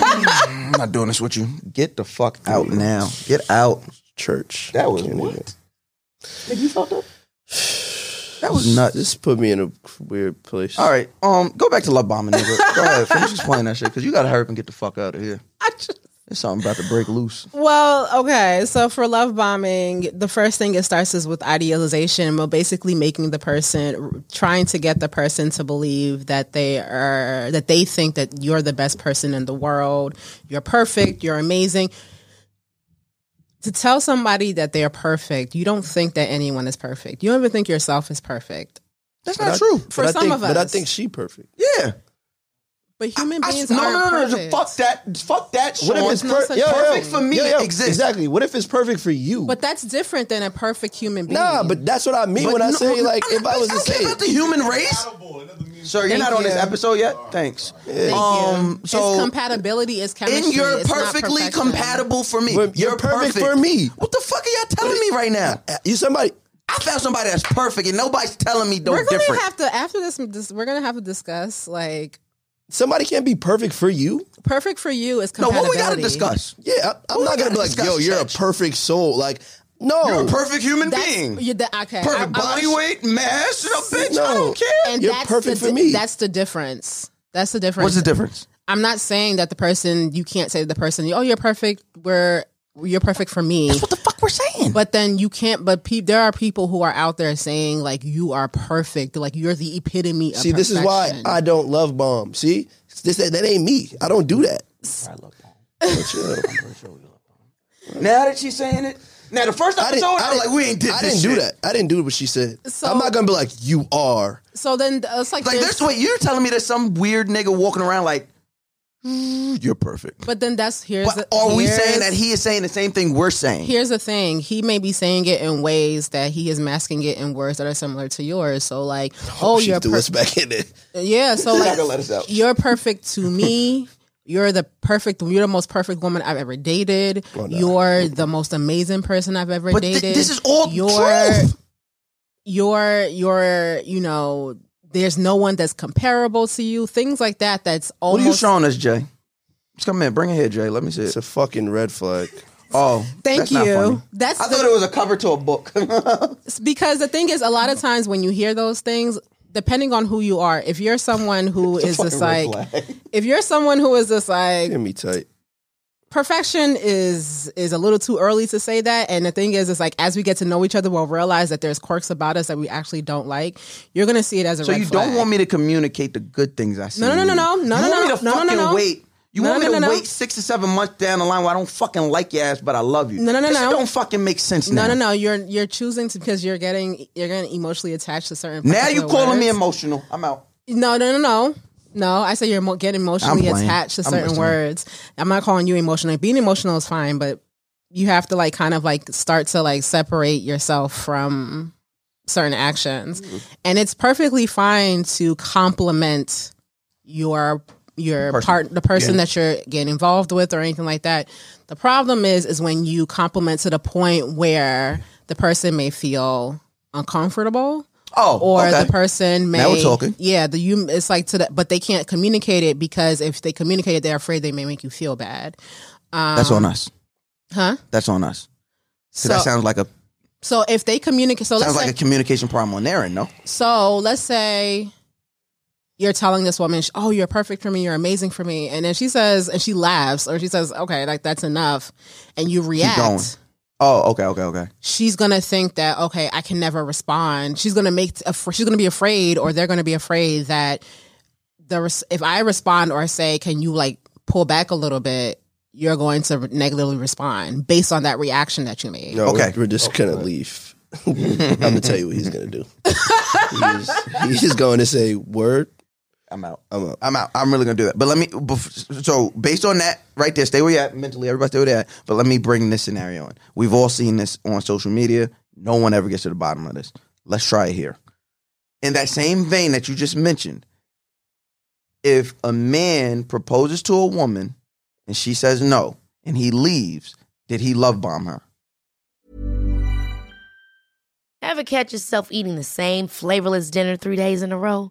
C: I'm not doing this with you. Get the fuck out now. Get out.
D: Church.
C: That was
D: Can't
C: what?
D: even-
C: Did you fuck up? That was nuts.
D: This put me in a weird place.
C: All right. Um, go back to love bombing, nigga. go ahead. Finish explaining that shit because you gotta hurry up and get the fuck out of here.
B: I just
C: There's something about to break loose.
B: Well, okay. So for love bombing, the first thing it starts is with idealization, but basically making the person trying to get the person to believe that they are that they think that you're the best person in the world. You're perfect, you're amazing. To tell somebody that they're perfect, you don't think that anyone is perfect. You don't even think yourself is perfect.
C: That's not true.
B: For
D: but I
B: some
D: think,
B: of
D: But I
B: us.
D: think she perfect.
C: Yeah.
B: But human
C: I,
B: beings
C: no,
B: aren't
C: no, no, no,
B: perfect.
C: Fuck that. Fuck that.
D: What if
C: Sean.
D: it's
B: no
D: per-
B: such
D: yo, yo,
C: Perfect for me
D: yo, yo,
C: to exist.
D: Exactly. What if it's perfect for you?
B: But that's different than a perfect human being.
D: nah, but that's what I mean
C: But
D: when I
C: no,
D: say like if I was
C: I
D: to
C: don't care
D: say
C: about the human race. Sir, you're
B: Thank
C: not on this
B: you.
C: episode yet. Thanks.
B: Thank you.
C: Um,
B: it's
C: so
B: compatibility is chemistry.
C: and you're
B: it's not
C: perfectly
B: perfection.
C: compatible for me.
D: But you're perfect for me.
C: What the fuck are y'all telling me right now?
D: Uh, you somebody
C: I found somebody that's perfect, and nobody's telling me no
B: We're gonna
C: different.
B: have to after this, this. We're gonna have to discuss like
D: somebody can't be perfect for you.
B: perfect for you is
C: no,
B: compatibility.
C: what we gotta discuss?
D: Yeah, I, I'm
C: Well, we
D: not gonna
C: gotta
D: be like,
C: discuss
D: yo, you're a
C: sex.
D: perfect soul. Like, no,
C: You're a perfect human
B: Oh. That's,
C: being.
B: you- that- okay, I- I
C: perfect
B: want
C: body
B: you-
C: weight, mass, you know, bitch. I
D: No.
C: don't care.
B: and
D: You're
B: that's
D: perfect
B: the,
D: for
B: di-
D: me.
B: That's the difference. That's the difference.
C: difference?
B: I'm not saying that the person you can't say to the person, oh, you're perfect. We're you're perfect for me.
C: That's what the fuck we're saying.
B: But then you can't. But pe- there are people who are out there saying like you are perfect, like you're the epitome. of
D: See, this is why
B: perfection.
D: I don't love bomb. See, this that, that ain't me. I don't do that.
C: now that she's saying it, now the first
D: I didn't.
C: episode, I,
D: I
C: was
D: didn't,
C: like, we ain't did
D: I
C: this
D: didn't do
C: shit.
D: that. I didn't do what she said.
B: So-
D: I'm not gonna be like you are.
B: So then uh, it's like,
C: Like,
B: there's-
C: there's what you're telling me. There's some weird nigga walking around like, "Mm, you're perfect.
B: But then that's here's.
C: But
B: the-
C: are we saying
B: here's-
C: that he is saying the same thing we're saying?
B: Here's the thing. He may be saying it in ways that he is masking it in words that are similar to yours. So like, oh,
D: she
B: you're
D: threw
B: per-
D: us back in there.
B: yeah. So
C: She's not
B: like,
C: gonna let us out.
B: you're perfect to me. You're the perfect. You're the most perfect woman I've ever dated. You're the most amazing person I've ever
C: But thi-
B: dated.
C: this is all
B: you're,
C: truth.
B: You're you're you know. There's no one that's comparable to you. Things like that. That's
C: What
B: almost
C: are you showing us, Jay? Just come in. Bring it here, Jay. Let me see
D: It's
C: it.
D: a fucking red flag.
C: Oh,
B: Thank
C: that's
B: you.
C: not funny.
B: That's
C: I
B: the-
C: thought it was a cover to a book.
B: because the thing is a lot of times when you hear those things depending on who you are if you're someone who is just like if you're someone who is just like
D: Get me tight.
B: perfection is is a little too early to say that and the thing is it's like as we get to know each other we'll realize that there's quirks about us that we actually don't like you're gonna see it as a
C: so
B: red
C: you
B: flag.
C: don't want me to communicate the good things I see.
B: no, no,
C: in
B: no,
C: you.
B: no, no,
C: You
B: no,
C: want
B: no,
C: me to
B: no, no,
C: fucking
B: no.
C: wait. You
B: No,
C: want
B: no,
C: me to
B: no, no.
C: wait six or seven months down the line where I don't fucking like your ass, but I love you.
B: No, no, no,
C: This
B: no.
C: shit don't fucking make sense
B: no
C: now.
B: no no you're you're choosing to because you're getting you're getting emotionally attached to certain
C: Now you
B: particular
C: calling me
B: words.
C: emotional. I'm out.
B: No, no, no, no. No, I say you're emo- getting emotionally
C: I'm playing.
B: attached to
C: I'm
B: certain
C: listening.
B: words. I'm not calling you emotional. Being emotional is fine, but you have to like kind of like start to like separate yourself from certain actions.
C: Mm-hmm.
B: And it's perfectly fine to compliment your your
C: Person.
B: part the person that you're getting involved with or anything like that. The problem is is when you compliment to the point where the person may feel uncomfortable
C: Oh,
B: or
C: okay.
B: the person may
C: Now we're talking.
B: Yeah, the you it's like to the but they can't communicate it because if they communicate it, they're afraid they may make you feel bad. Um,
C: That's on us.
B: huh?
C: That's on us. 'Cause
B: So
C: that sounds like a
B: so if they communicate, so let's
C: sounds
B: say,
C: like a communication problem on their end, no?
B: so let's say you're telling this woman, sh- "Oh, you're perfect for me. You're amazing for me," and then she says, and she laughs, or she says, "Okay, like that's enough," and you
C: going.
B: react.
C: Oh, okay, okay, okay.
B: she's gonna think that okay, I can never respond. She's gonna make af- she's gonna be afraid, or they're gonna be afraid that the res- if I respond or say, "Can you like pull back a little bit?" You're going to negatively respond based on that reaction that you made.
D: No,
C: Okay.
D: we're, we're just gonna leave. I'm gonna tell you what he's gonna do. he's, he's going to say word.
C: I'm out.
D: I'm out.
C: I'm out. I'm really gonna do that. But let me. bef- So based on that, right there, stay where you at mentally. Everybody stay where they at. But let me bring this scenario in. We've all seen this on social media. No one ever gets to the bottom of this. Let's try it here. In that same vein that you just mentioned, if a man proposes to a woman and she says no and he leaves, did he love bomb her?
F: Ever catch yourself eating the same flavorless dinner three days in a row?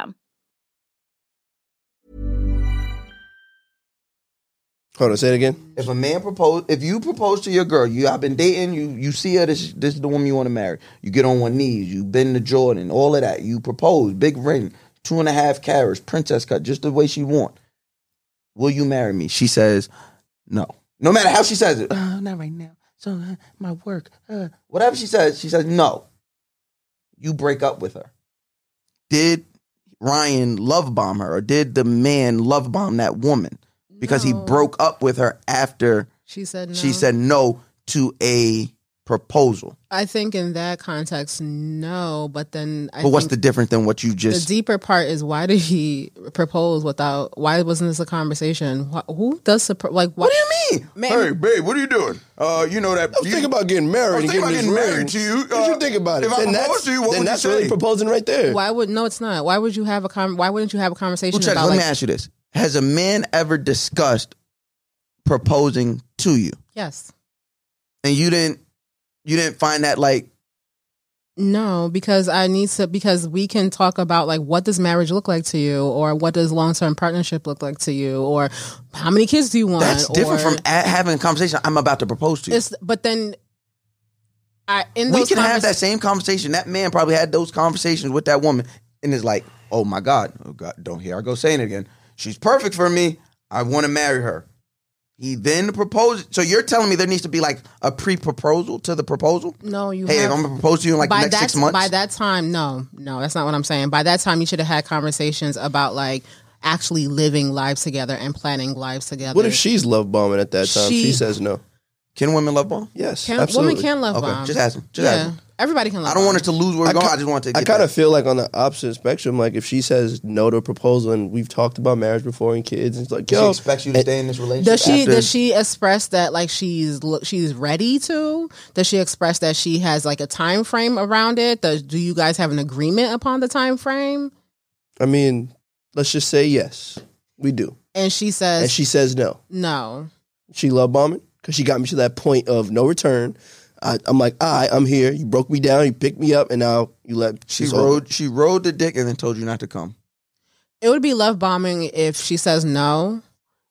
D: Hold on, say it again.
C: If a man propose, if you propose to your girl, you I've been dating, you you see her, this this is the woman you want to marry. You get on one knees, you bend the Jordan, all of that. You propose, big ring, two and a half carats, princess cut, just the way she want. Will you marry me? She says, no. No matter how she says it, "Uh, not right now. So uh, my work, uh, whatever she says, she says no. You break up with her. Did Ryan love bomb her, or did the man love bomb that woman? Because
B: No.
C: he broke up with her after
B: She said no.
C: she said no to a proposal.
B: I think in that context, no. But then, I
C: but what's the
B: think
C: difference than what you
B: the
C: just?
B: deeper part is why did he propose without? Why wasn't this a conversation? Wh- Who does suppo- like? Why,
C: what do you mean?
B: Man-
C: hey, babe, what are you doing? Uh, you know that.
D: I was thinking about getting married
C: I was
D: and
C: thinking
D: getting
C: about
D: this
C: getting
D: ring.
C: married to you.
D: What you
C: Uh,
D: think about it?
C: if I
D: then
C: proposed
D: that's,
C: to you, what
D: then
C: would you
D: that's really
C: say?
D: proposing right there.
B: Why would no? It's not. Why would you have a con? Why wouldn't you have a conversation
C: Well, Chuck,
B: about
C: let
B: like?
C: me ask you this: Has a man ever discussed proposing to you,
B: yes.
C: and you didn't? You didn't find that like
B: No, because I need to because we can talk about like what does marriage look like to you, or what does long term partnership look like to you, or how many kids do you want?
C: that's different
B: or,
C: from a- having a conversation. I'm about to propose to you.
B: It's but then I in
C: We
B: those
C: can have
B: convers-
C: that same conversation. That man probably had those conversations with that woman, and it's like, oh my god, oh god, don't hear I go saying it again. She's perfect for me. I want to marry her. He then proposes. So you're telling me there needs to be like a pre-proposal to the proposal?
B: No, you
C: Hey,
B: have,
C: if I'm gonna propose to you in like the
B: by
C: next
B: that
C: six months.
B: by that time. No, no, that's not what I'm saying. By that time, you should have had conversations about like actually living lives together and planning lives together.
D: What if she's love bombing at that time? She,
B: She-
D: says no.
C: can women love ball?
D: Yes,
B: can,
D: absolutely.
B: women can love
C: Okay,
B: bomb?
C: just ask them. Just ask
B: yeah,
C: them.
B: everybody can love.
C: I don't want
B: bomb.
C: it to lose where we're
D: I
C: going.
D: ki-
C: I just want to.
D: I kind of feel like on the opposite spectrum, like if she says no to a proposal and we've talked about marriage before and kids, and it's like,
C: She
D: yo,
C: expects you to stay in this relationship.
B: Does she
C: after-
B: does she express that like she's look she's ready to? Does she express that she has like a time frame around it? Does, do you guys have an agreement upon the time frame?
D: I mean, let's just say yes, we do.
B: And she says
D: And she says no.
B: no.
D: She love bombing because she got me to that point of no return. I, I'm like, all right, I'm here. You broke me down. You picked me up, and now you let
C: She
D: it's over.
C: rode. She rode the dick and then told you not to come.
B: It would be love bombing if she says no,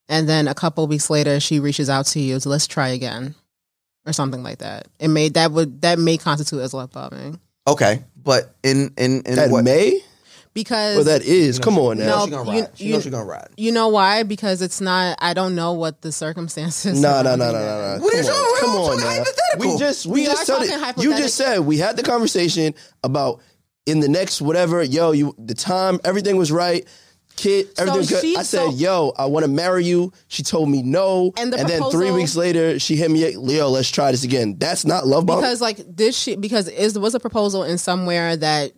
B: and then a couple weeks later she reaches out to you to let's try again, or something like that. It may that would that may constitute as love bombing
C: Okay, but in in in
D: That
C: what?
D: May
B: because
D: or that is. Come on
C: You
D: now.
C: know
B: No,
C: she gonna
B: you-
C: ride. She
B: you-
C: knows she gonna ride.
B: you know why because it's not. I don't know what the circumstances.
D: No, no,
B: surrounding
D: no, no,
B: that.
D: no, no.
C: What is
D: Come
C: wrong
D: on,
C: with-
D: Come
C: what's
D: on
C: with
D: now.
C: hypothetical?
D: We just we,
B: We
D: just
B: are
D: said
B: talking
D: it. You
B: hypothetical.
D: just said we had the conversation about in the next whatever. Yo, you the time everything was right. Kid, everything was good.
B: she-
D: I said,
B: so-
D: yo, I want to marry you. She told me no,
B: And the
D: then three
B: proposal-
D: weeks later, she hit me. Leo, let's try this again. That's not love bomb.
B: because like this shit because is was a proposal in somewhere that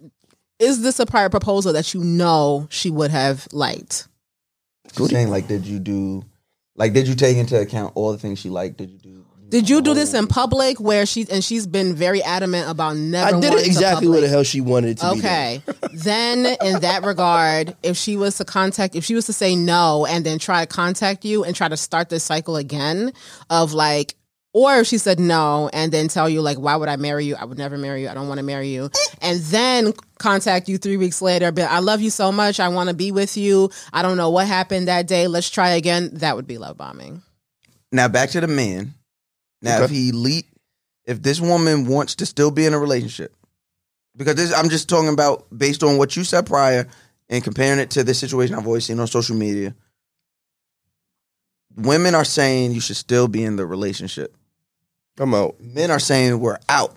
B: is this a prior proposal that you know she would have liked
C: She's saying like, did you do? Like, did you take into account all the things she liked? Did you do?
B: did you do this in public where she and she's been very adamant about never
D: I did
B: wanting
D: it
B: to
D: exactly what the
B: public.
D: hell she wanted it to be. done.
B: okay then in that regard if she was to contact if she was to say no and then try to contact you and try to start this cycle again of like or if she said no and then tell you like why would i marry you i would never marry you i don't want to marry you and then contact you three weeks later but i love you so much i want to be with you i don't know what happened that day let's try again that would be love bombing
C: Now back to the man. Now if
D: Okay.
C: he lead, if this woman wants to still be in a relationship, because this I'm just talking about based on what you said prior and comparing it to the situation I've always seen on social media. women are saying you should still be in the relationship.
D: I'm out.
C: Men are saying we're out.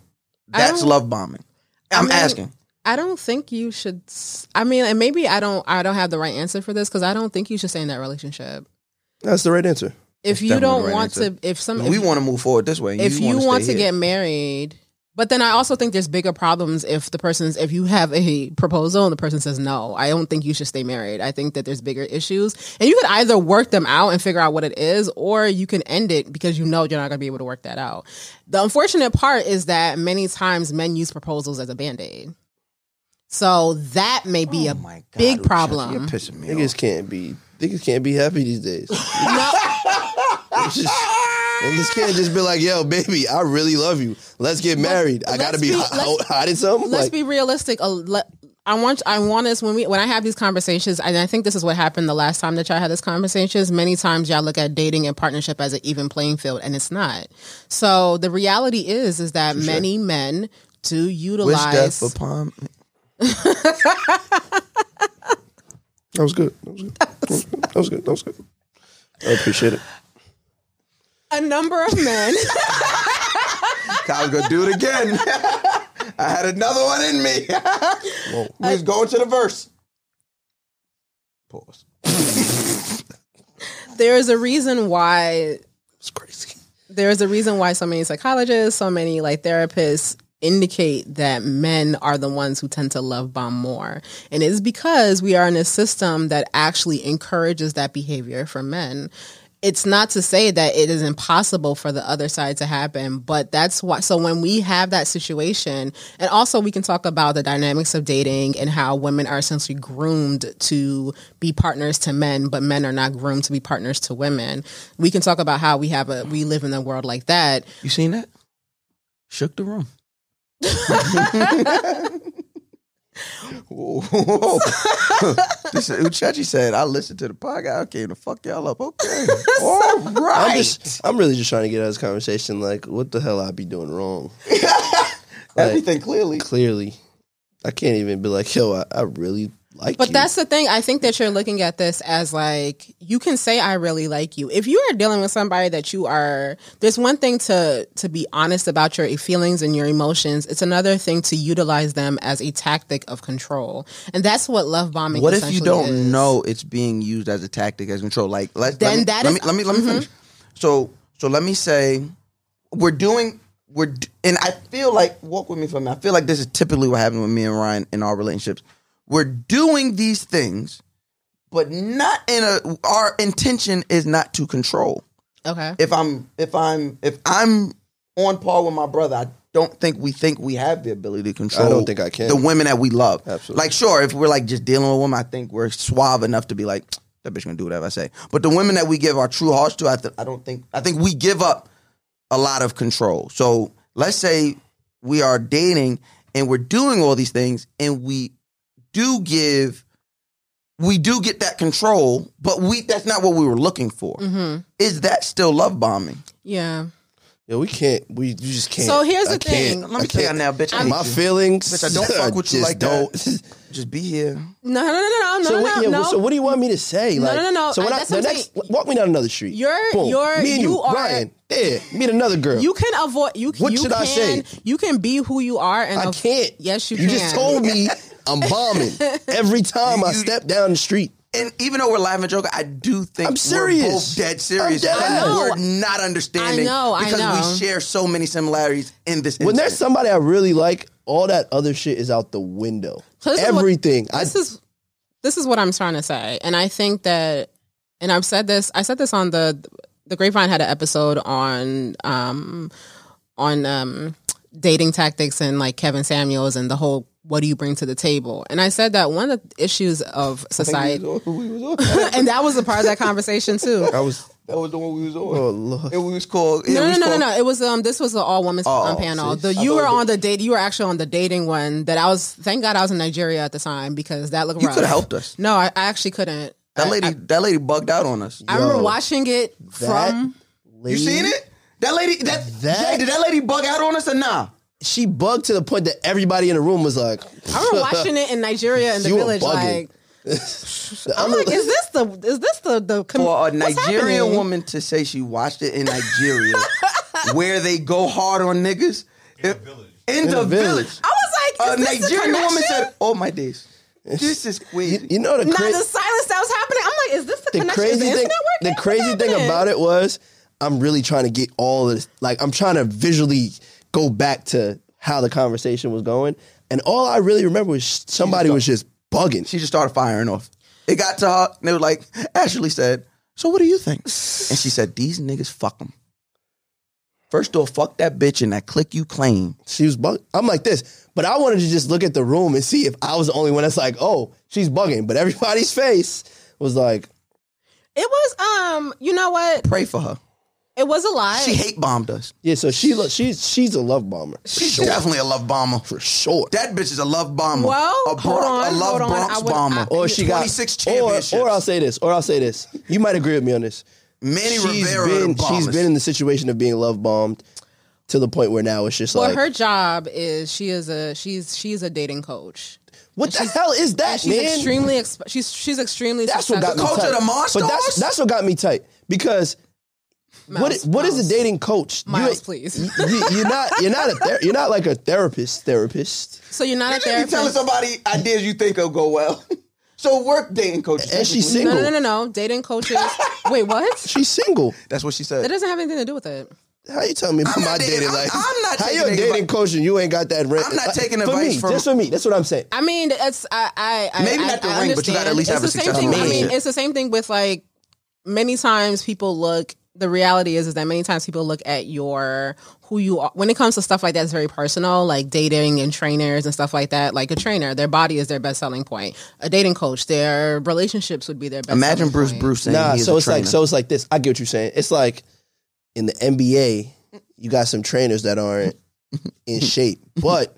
B: I
C: That's
B: don't-
C: love bombing.
B: I
C: I'm
B: mean-
C: asking.
B: I don't think you should. s- I mean, and maybe I don't. I don't have the right answer for this because I don't think you should stay in that relationship.
D: That's the right answer.
B: If
C: That's
B: you
C: definitely
B: don't
C: the right
B: want
C: answer.
B: to, if some, if,
C: we want to move forward this way. and
B: if you
C: wanna
B: want
C: stay
B: to
C: here.
B: get married, but then I also think there's bigger problems if the person's if you have a proposal and the person says no. I don't think you should stay married. I think that there's bigger issues, and you could either work them out and figure out what it is, or you can end it because you know you're not going to be able to work that out. The unfortunate part is that many times men use proposals as a band aid. So that may be a
C: Oh my God,
B: big
C: Uchechi,
B: problem.
C: You're pissing me off.
D: Niggas can't be niggas can't be happy these days. It's just- niggas can't just be like, yo, baby, I really love you. Let's get married. I gotta
B: let's
D: be,
B: be-
D: hi-
B: let's-
D: out- hiding something.
B: let's
D: Like,
B: be realistic. A le- I want I want us when we when I have these conversations, and I think this is what happened the last time that y'all had this conversation. Is many times y'all look at dating and partnership as an even playing field, and it's not. So the reality is is that many men do
C: Wish
B: utilize.
C: death upon me.
D: that was good. That was good. That was good. That was good. I appreciate it.
B: a number of men.
C: Kyle's gonna do it again. I had another one in me. we was going to the verse. Pause.
B: there is a reason why
D: It's crazy.
B: there is a reason why so many psychologists, so many like therapists indicate that men are the ones who tend to love bomb more. And it is because we are in a system that actually encourages that behavior from men. It's not to say that it is impossible for the other side to happen, but that's why. So when we have that situation, and also we can talk about the dynamics of dating and how women are essentially groomed to be partners to men, but men are not groomed to be partners to women. We can talk about how we have a we live in a world like that.
C: You seen that? Shook the room. Whoa. this is Uchechi said, I listened to the podcast. I came to fuck y'all up. Okay. All right.
D: I'm just I'm really just trying to get out of this conversation like what the hell I be doing wrong.
C: Everything clearly.
D: Clearly. I can't even be like, yo, I, I really like
B: But
D: you.
B: that's the thing. I think that you're looking at this as like you can say I really like you. If you are dealing with somebody that you are there's one thing to to be honest about your feelings and your emotions. It's another thing to utilize them as a tactic of control. And that's what love bombing
C: What if you
B: essentially
C: don't
B: is.
C: know it's being used as a tactic as control? Like, let,
B: Then
C: let,
B: that
C: me,
B: is- mm-hmm.
C: let me let me let me finish. So so let me say we're doing we're d- and I feel like walk with me for a minute. I feel like this is typically what happened with me and Ryan in our relationships. We're doing these things, but not in a our intention is not to control.
B: Okay.
C: If I'm if I'm if I'm on par with my brother, I don't think we think we have the ability to control.
D: I don't think I can.
C: The women that we love.
D: Absolutely.
C: Like, sure, if we're like just dealing with women, I think we're suave enough to be like, that bitch gonna do whatever I say. But the women that we give our true hearts to, I, th- I don't think, I think we give up a lot of control. So let's say we are dating and we're doing all these things and we do give, we do get that control, but we, that's not what we were looking for. Is that still love bombing?
B: Yeah.
D: yo, we can't we you just can't.
B: So here's
D: I
B: the thing.
D: can't.
C: Let me tell you now, bitch. I hate
D: My
C: you.
D: feelings
C: Bitch, I don't fuck with you
D: just
C: like that.
D: don't-
C: Just be here.
B: No, no, no, no, no,
D: So,
B: no,
D: what, yeah,
B: no.
D: so what do you want me to say?
B: No,
D: like,
B: no, no, no.
D: So when
B: Uh,
D: I,
B: that's
D: the
B: what I'm
D: next, walk me down another street.
B: You're-
D: Boom.
B: you're-
D: me and
B: you are-
D: Ryan. There, meet another girl.
B: you can avoid. You,
D: What
B: you
D: should
B: can,
D: I say?
B: You can be who you are, and
D: I
B: av-
D: can't.
B: Yes, you,
D: You
B: can.
D: just told me I'm bombing every time I step down the street.
C: And even though we're laughing, joking, I do think
D: I'm
C: we're both
D: serious.
C: dead serious.
D: I'm dead
C: and
D: ass.
C: We're not
B: I
C: understanding.
B: know, I
C: because
B: know.
C: we share so many similarities in this.
D: When there's
C: instance.
D: somebody I really like, all that other shit is out the window.
B: So this is what-
D: Everything. I,
B: this is this is what I'm trying to say, and I think that, and I've said this. I said this on the the Grapevine had an episode on um on um dating tactics and like Kevin Samuels and the whole what do you bring to the table, and I said that one of the issues of society,
C: we was on. That
B: and that was a part of that conversation too.
D: I was.
C: was the one we was
D: Oh
C: on.
D: Lord.
C: It was called. It
B: No,
C: was
B: no, no, no,
C: called,
B: no. It was um. This was the all women's um, panel. The you were on the date. You were actually on the dating one that I was. Thank God I was in Nigeria at the time because that looked.
C: You
B: rough.
C: could have helped us.
B: No, I, I actually couldn't.
C: That
B: I-
C: lady,
B: I,
C: that lady bugged out on us.
B: I remember watching it
D: That
B: from.
C: you
D: lady-
C: seen it? That lady, that,
D: That-
C: Jay, did that lady bug out on us or nah?
D: She bugged to the point that everybody in the room was like,
B: I remember watching it in Nigeria in the
D: You were
B: village.
D: bugging.
B: Like I'm like, is this the is this the the com-
C: for a
B: what's
C: Nigerian
B: happening?
C: woman to say she watched it in Nigeria, where they go hard on niggas in, in the
D: the village.
C: village.
B: I was
C: A
B: like, is this
C: Uh, Nigerian
B: the
C: woman
B: connection?
C: said, "Oh my days, this is crazy."
D: You know the,
B: Now
D: cra-
B: the silence that was happening, I'm like, is this the,
D: the
B: connection?
D: crazy
B: is the
D: thing.
B: internet working?
D: The
B: What's
D: crazy thing
B: happening?
D: about it was, I'm really trying to get all of this. Like, I'm trying to visually go back to how the conversation was going, and all I really remember was sh- somebody was just bugging.
C: she just started firing off. It got to her, and they were like, Ashley said, So what do you think? And she said, These niggas fuck them. First off, fuck that bitch and that click you claim.
D: She was bugging. I'm like this, but I wanted to just look at the room and see if I was the only one that's like, oh, she's bugging. But everybody's face was like,
B: It was um, you know what?
C: Pray for her.
B: It was a lot.
C: She hate bombed us.
D: yeah. So she lo- she's she's a love bomber.
C: She's definitely a love bomber.
D: for sure.
C: That bitch is a love bomber.
B: Well,
C: a,
B: hold on,
C: a love
B: hold on.
C: Bronx
B: I would-
C: bomber.
B: I- Or
D: she got
C: 26
D: or,
C: championships.
D: or I'll say this, or I'll say this. You might agree with me on this.
C: Manny
D: She's
C: Rivera
D: been
C: the
D: she's
C: bombers.
D: been in the situation of being love bombed to the point where now it's just
B: well,
D: like
B: her job is she is a she's she's a dating coach.
D: what the hell is that,
B: She's
D: man?
B: extremely exp- she's she's extremely
D: that's what
B: successful.
D: got me
C: Coach
D: tight.
C: of the Monsters?
D: But that's that's what got me tight because what
B: Miles,
D: what is
B: Miles.
D: a dating coach? You
B: Miles,
D: ain't-
B: please.
D: You, you're not you're not a ther- you're not like a therapist therapist.
B: So you're not a
C: You be
B: therapist.
C: telling somebody ideas you think will go well. so work dating coaches.
D: And she's
C: basically.
D: single.
B: No, no, no, no, no. Dating coaches. Wait, what?
D: She's single.
C: That's what she
B: That
C: said.
B: doesn't have anything to do with it.
D: How you telling me about
C: I'm not
D: my
C: dating-
D: dating,
C: I'm-
D: life?
C: I'm not
D: How
C: taking
D: you a
C: advice-
D: dating coach and you ain't got that rent?
C: I'm not taking
D: for
C: advice
D: me,
C: from-
D: just for me. That's what I'm saying.
B: I mean, it's I I I-
C: Maybe
B: I-
C: not the
B: I
C: ring, but you gotta at least
B: understand. it's
C: have a
B: the same thing. I
D: successful
B: mean,
D: relationship.
B: it's the same thing with like many times people look. The reality is, is that many times people look at your who you are when it comes to stuff like that. It's very personal, like dating and trainers and stuff like that. Like a trainer, their body is their best selling point. A dating coach, their relationships would be their best.
C: Imagine
B: selling
C: Bruce
B: point.
C: Bruce saying
D: Nah,
C: he is
D: so
C: a
D: it's like
C: trainer.
D: so it's like this. I get what you're saying. It's like in the NBA, you got some trainers that aren't in shape, but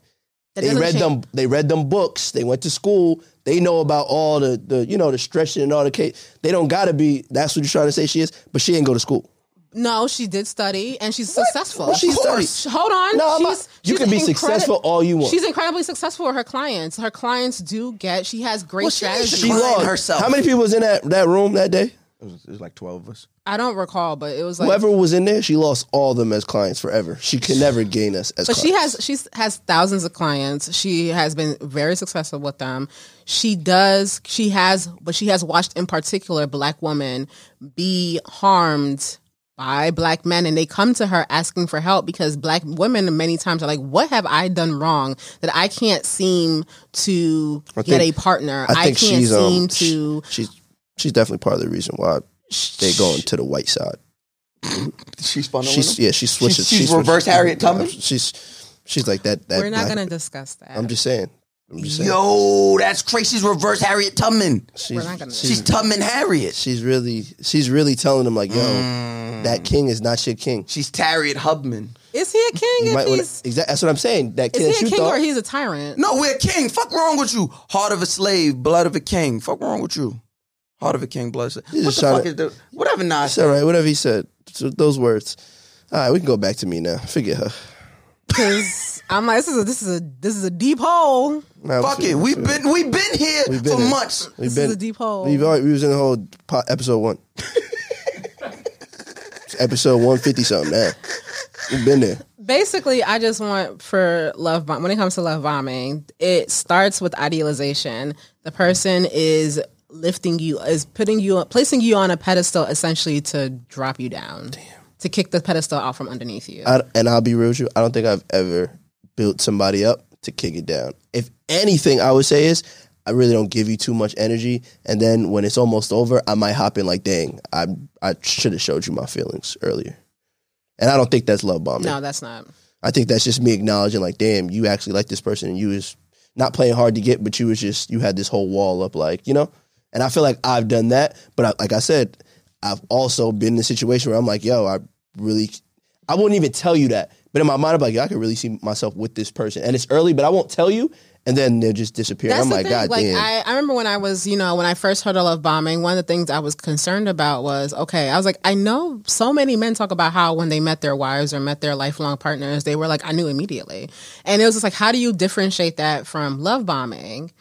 B: That
D: they
B: doesn't
D: read
B: change-
D: them. They read them books. They went to school. They know about all the the you know the stretching and all the case. They don't gotta be. That's what you're trying to say. She is, but she ain't go to school.
B: No, she did study, and she's successful.
D: What she studied?
B: Sh- Hold on.
D: No, I'm
B: she's,
D: not- you
B: she's
D: can be
B: incredi-
D: successful all you want.
B: She's incredibly successful with her clients. Her clients do get. She has great
C: Well, she needs
B: strategy.
C: to
D: She
C: Crying
D: logged
C: herself.
D: How many people was in that that room that day?
C: It was like 12 of us.
B: I don't recall, but it was like.
D: Whoever was in there, she lost all of them as clients forever. She can never gain us as.
B: but
D: clients.
B: she has she has thousands of clients. She has been very successful with them. She does. She has, but she has watched in particular black women be harmed by black men, and they come to her asking for help because black women many times are like, "What have I done wrong that I can't seem to get
D: think-
B: a partner? I, can't seem
D: um, sh-
B: to."
D: she's she's definitely part of the reason why they going to the white side.
C: She's funneling
D: She's
C: them?
D: yeah, she switches.
C: she's
D: she switches-
C: reverse Harriet Tubman?
D: She's she's like that. that
B: We're not
D: black-
B: going to discuss that.
D: I'm just saying. I'm just saying.
C: Yo, that's crazy. She's reverse Harriet Tubman.
D: she's,
B: not gonna-
D: she's
C: She's Tubman Harriet.
D: she's really she's really telling them like, yo,
C: Mm.
D: that king is not your king.
C: She's Harriet Hubman.
B: Is he a king?
D: You
B: If
D: might want
B: he's,
D: exactly. That's what I'm saying. That king
B: is
D: that
B: he a
D: you
B: king
D: thought.
B: or he's a tyrant?
C: No, we're a king. Fuck wrong with you. Heart of a slave, blood of a king. Fuck wrong with you. Heart of a king, blood of a slave. What
D: just
C: the fuck
D: tryna-
C: is the whatever
D: it's
C: nonsense.
D: all right. Whatever he said. So those words. All right, we can go back to me now. Forget her.
B: Because I'm like, this is a, this is a this is a deep hole.
D: Nah,
C: Fuck it. We've been we've been here
D: We've been
C: for
D: here.
C: months.
D: We've
B: This
D: been
B: is a deep hole.
D: We've already, we was in the whole po- episode one. It's episode one fifty something. Man, we've been there.
B: Basically, I just want for love bomb. When it comes to love bombing, it starts with idealization. The person is lifting you, is putting you, placing you on a pedestal, essentially to drop you down, to kick the pedestal out from underneath you.
D: I, and I'll be real with you. I don't think I've ever built somebody up to kick it down. If anything, I would say is I really don't give you too much energy. And then when it's almost over, I might hop in like, dang, I I should have showed you my feelings earlier. And I don't think that's love bombing.
B: no, that's not.
D: I think that's just me acknowledging, like, damn, you actually like this person, and you was not playing hard to get, but you was just you had this whole wall up, like, you know. And I feel like I've done that, but I, like I said, I've also been in a situation where I'm like, yo, I really, I wouldn't even tell you that, but in my mind, I'm like, yo, I could really see myself with this person, and it's early, but I won't tell you, and then they'll just disappear.
B: That's
D: I'm
B: the
D: like,
B: thing.
D: god
B: like
D: damn,
B: I, I remember when I was, you know, when I first heard of love bombing, one of the things I was concerned about was, okay, I was like, I know so many men talk about how when they met their wives or met their lifelong partners, they were like, I knew immediately. And it was just like, how do you differentiate that from love bombing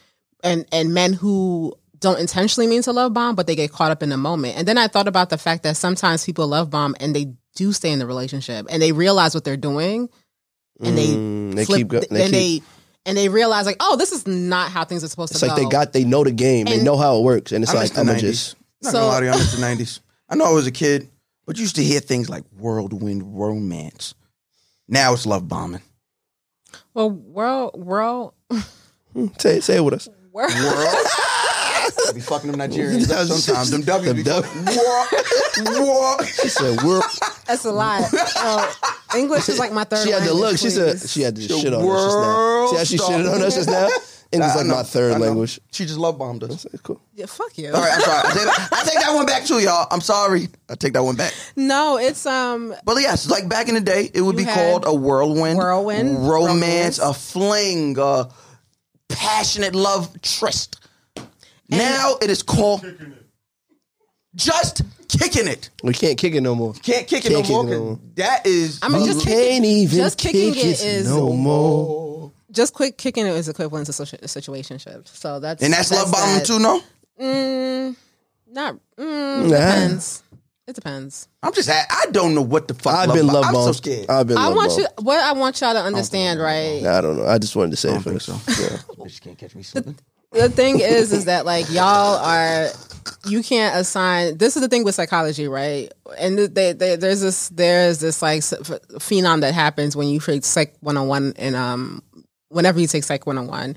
B: and and men who don't intentionally mean to love bomb, but they get caught up in the moment. And then I thought about the fact that sometimes people love bomb and they do stay in the relationship and they realize what they're doing and they
D: Mm, they
B: flip-
D: keep go-
B: and they and they realize like, oh, this is not how things are supposed
D: It's
B: to
D: like
B: go.
D: they got they know the game. they
B: And-
D: know how it works, and it's
C: I miss
D: like
C: the
D: I'm gonna
C: 90s.
D: just
C: Not
B: So-
C: gonna lie to you, I miss the 90s. I know I was a kid, but you used to hear things like whirlwind romance. Now it's love bombing.
B: well, world, world,
D: mm, say say it with us.
B: world.
C: World. I be fucking them Nigerians up sometimes. Them W's be
D: Them
C: fucking- Wah, wah.
D: She said, "World."
B: That's a lot. Uh, English is like my third.
D: she had to
B: language,
D: look. She said
B: please.
D: she had to
C: The
D: shit on us just now. See how she
C: world
D: shitted on us just now? English
C: I
D: like
C: know,
D: my
C: I
D: third
C: know.
D: language.
C: She just love bombed us.
D: It's like, cool.
B: Yeah, "Fuck you."
C: All right, I'm sorry. I take, that, I take that one back too, y'all. I'm sorry. I take that one back.
B: No, it's um.
C: But yes, like back in the day, it would
B: You
C: be
B: had
C: called a whirlwind,
B: whirlwind, romance.
C: romance, a fling, a passionate love tryst. Now it is called just kicking it.
D: We can't kick it no more.
C: Can't kick it
D: Can't kick
C: no more.
D: it no
C: 'cause
D: more.
C: That is
B: I mean,
D: We
B: just
D: can't
B: kicking,
D: even
B: just kicking
D: kick
B: it
D: it
B: is-
D: no more.
B: just quick kicking it is equivalent to situ- situationships. So that's
C: and that's, love bombing
B: that.
C: too. No,
B: Mm, not mm,
D: Nah.
B: depends. It depends.
C: I'm just I, I don't know what the fuck.
D: I've
C: love
D: been
C: bomb-
D: love bombed.
C: I'm so scared.
D: I've been
B: I
D: love
B: want
D: bombed.
B: you. What I want y'all to understand, right?
D: Nah, I don't know. I just wanted to say it
C: think
D: first.
C: so.
D: Yeah.
C: Bitch can't catch me slipping.
B: the thing is is that like y'all are you can't assign this is the thing with psychology right and they, they, there's this there's this like s- ph- phenom that happens when you take psych 101 and um whenever you take psych 101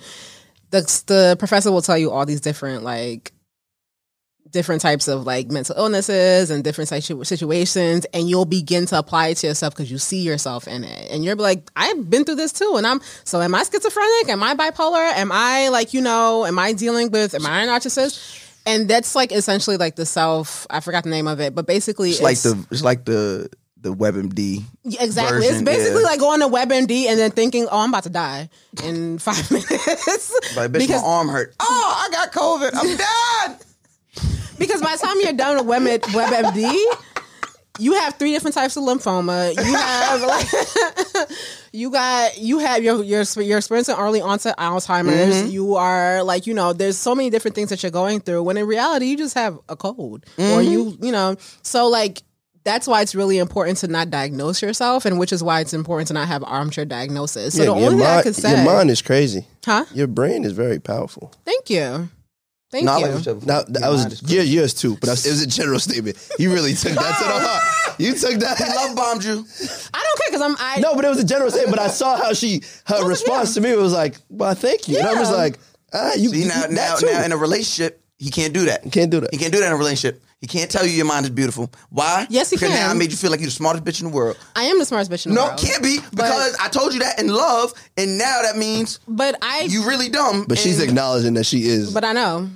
B: the, the professor will tell you all these different like different types of like mental illnesses and different situ- situations and you'll begin to apply it to yourself because you see yourself in it and you're like i've been through this too and i'm so am i schizophrenic am i bipolar am i like you know am i dealing with am i a narcissist and that's like essentially like the self i forgot the name of it but basically
C: It's like the it's like the the WebMD.
B: yeah, Exactly.
C: version,
B: it's basically
C: yeah.
B: like going to WebMD and then thinking, "Oh, I'm about to die in five minutes,"
C: Like bitch,
B: Because-
C: my arm hurt. Oh, I got COVID. I'm dead.
B: because by the time you're done with Web- WebMD, you have three different types of lymphoma. You have like, you got you have your your your experience in early onset Alzheimer's.
D: Mm-hmm.
B: You are like you know, there's so many different things that you're going through. When in reality, you just have a cold, or you
D: Mm-hmm.
B: you know. So like that's why it's really important to not diagnose yourself, and which is why it's important to not have armchair diagnosis. So
D: Yeah,
B: the only
D: your,
B: thing I
D: mind,
B: could say,
D: your mind is crazy.
B: huh?
D: Your brain is very powerful.
B: Thank you, thank
C: No, I
B: you.
C: like what you said before.
D: Now,
C: Your
D: I
C: mind
D: was
C: is
D: yeah, yours too, but I was- it was a general statement. You really took that to the heart. You took that.
C: He love bombed you.
B: I don't care because I'm I
D: No, but it was a general statement. But I saw how she her response to me was like, "Well, thank you," and I was
B: Yeah.
D: like, "Ah, you,
C: See
D: you-
C: now,
D: that
C: now,
D: too.
C: now in a relationship, he can't do that. He
D: can't do that.
C: He can't do that in a relationship. He can't tell you your mind is beautiful. Why?
B: Yes, he
C: because
B: can.
C: now I made you feel like you're the smartest bitch in the world.
B: I am the smartest bitch in the
C: No,
B: world.
C: can't be because I told you that in love, and now that means
B: But I.
C: you really dumb.
D: But she's
C: and,
D: acknowledging that she is.
B: but I know.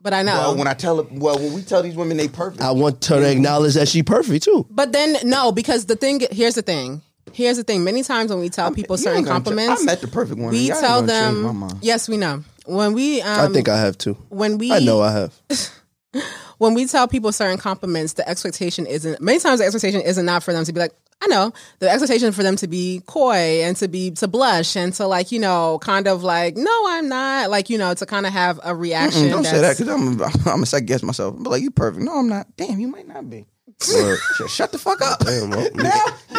B: But I know.
C: well. When I tell her, well, when we tell these women they perfect,
D: I want her to acknowledge that she perfect too.
B: but then no, because the thing here's the thing. Here's the thing. Many times when we tell people
C: You
B: certain
C: ain't gonna ch-
B: compliments,
C: I met the perfect one.
B: we
C: Y'all ain't
B: tell
C: gonna change
B: them.
C: my mind.
B: Yes, we know. When we, um,
D: I think I have too.
B: when we,
D: I know I have.
B: when we tell people certain compliments, the expectation isn't many times the expectation isn't not for them to be like, I know. The expectation for them to be coy and to be to blush and to like, you know, kind of like, no, I'm not. Like, you know, to kind of have a reaction.
C: Don't say that
B: that's-
C: because I'm I'm gonna second guess myself. But like you perfect. No, I'm not. Damn, you might not be.
D: Word.
C: Shut- Shut the fuck up.
D: Damn, well,
C: now,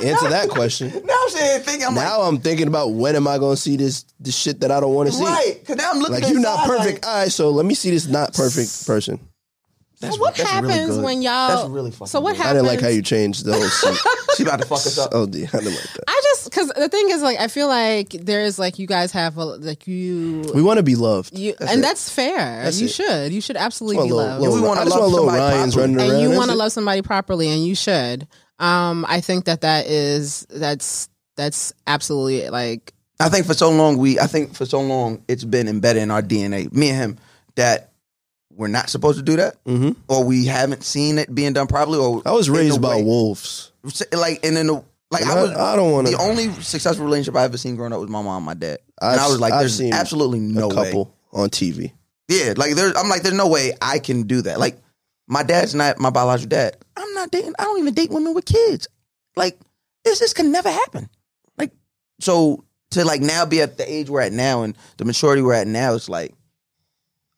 D: Answer that question.
C: now I'm saying thinking. I'm like,
D: Now I'm thinking about when am I going to see this this shit that I don't want to see.
C: Right, because now I'm looking
D: Like
C: at
D: you're not
C: sides,
D: perfect.
C: like,
D: All right, so let me see this not perfect person.
C: that's,
B: what
C: that's really
B: happens
C: good.
B: when y'all?
C: That's really fucking
B: So what
C: good.
D: I
B: happens?
D: didn't like how you changed the whole scene.
C: She about to fuck us up.
D: oh, dear. I didn't like that.
B: I just because the thing is like I feel like there's like you guys have a, like you
D: We want to be loved.
B: you and that's fair. you should you should absolutely
D: want
B: be
D: little-
B: loved,
D: little-
C: we wanna
D: I just
C: love
D: want little
C: somebody
D: Ryan's
C: properly.
D: running around.
B: and you
D: That's
B: want to
D: it.
B: love somebody properly, and you should. Um, I think that that is that's that's absolutely like
C: I think for so long we, I think for so long it's been embedded in our DNA, me and him, that we're not supposed to do that,
D: Mhm.
C: or we haven't seen it being done properly. Or
D: I was
C: Mm-hmm. in
D: raised
C: a
D: by
C: way-
D: wolves.
C: like, and in the like,
D: And
C: I,
D: I-
C: was.
D: I don't wanna-
C: The only successful relationship I ever seen growing up was my mom, and my dad, and I
D: I've-
C: was like,
D: I've
C: there's
D: seen
C: absolutely no
D: a
C: way.
D: couple on TV.
C: Yeah, like there's, I'm like, there's no way I can do that. Like, my dad's not my biological dad. I'm not dating. I don't even date women with kids. Like, this this can never happen. Like, so to like now be at the age we're at now and the maturity we're at now, it's like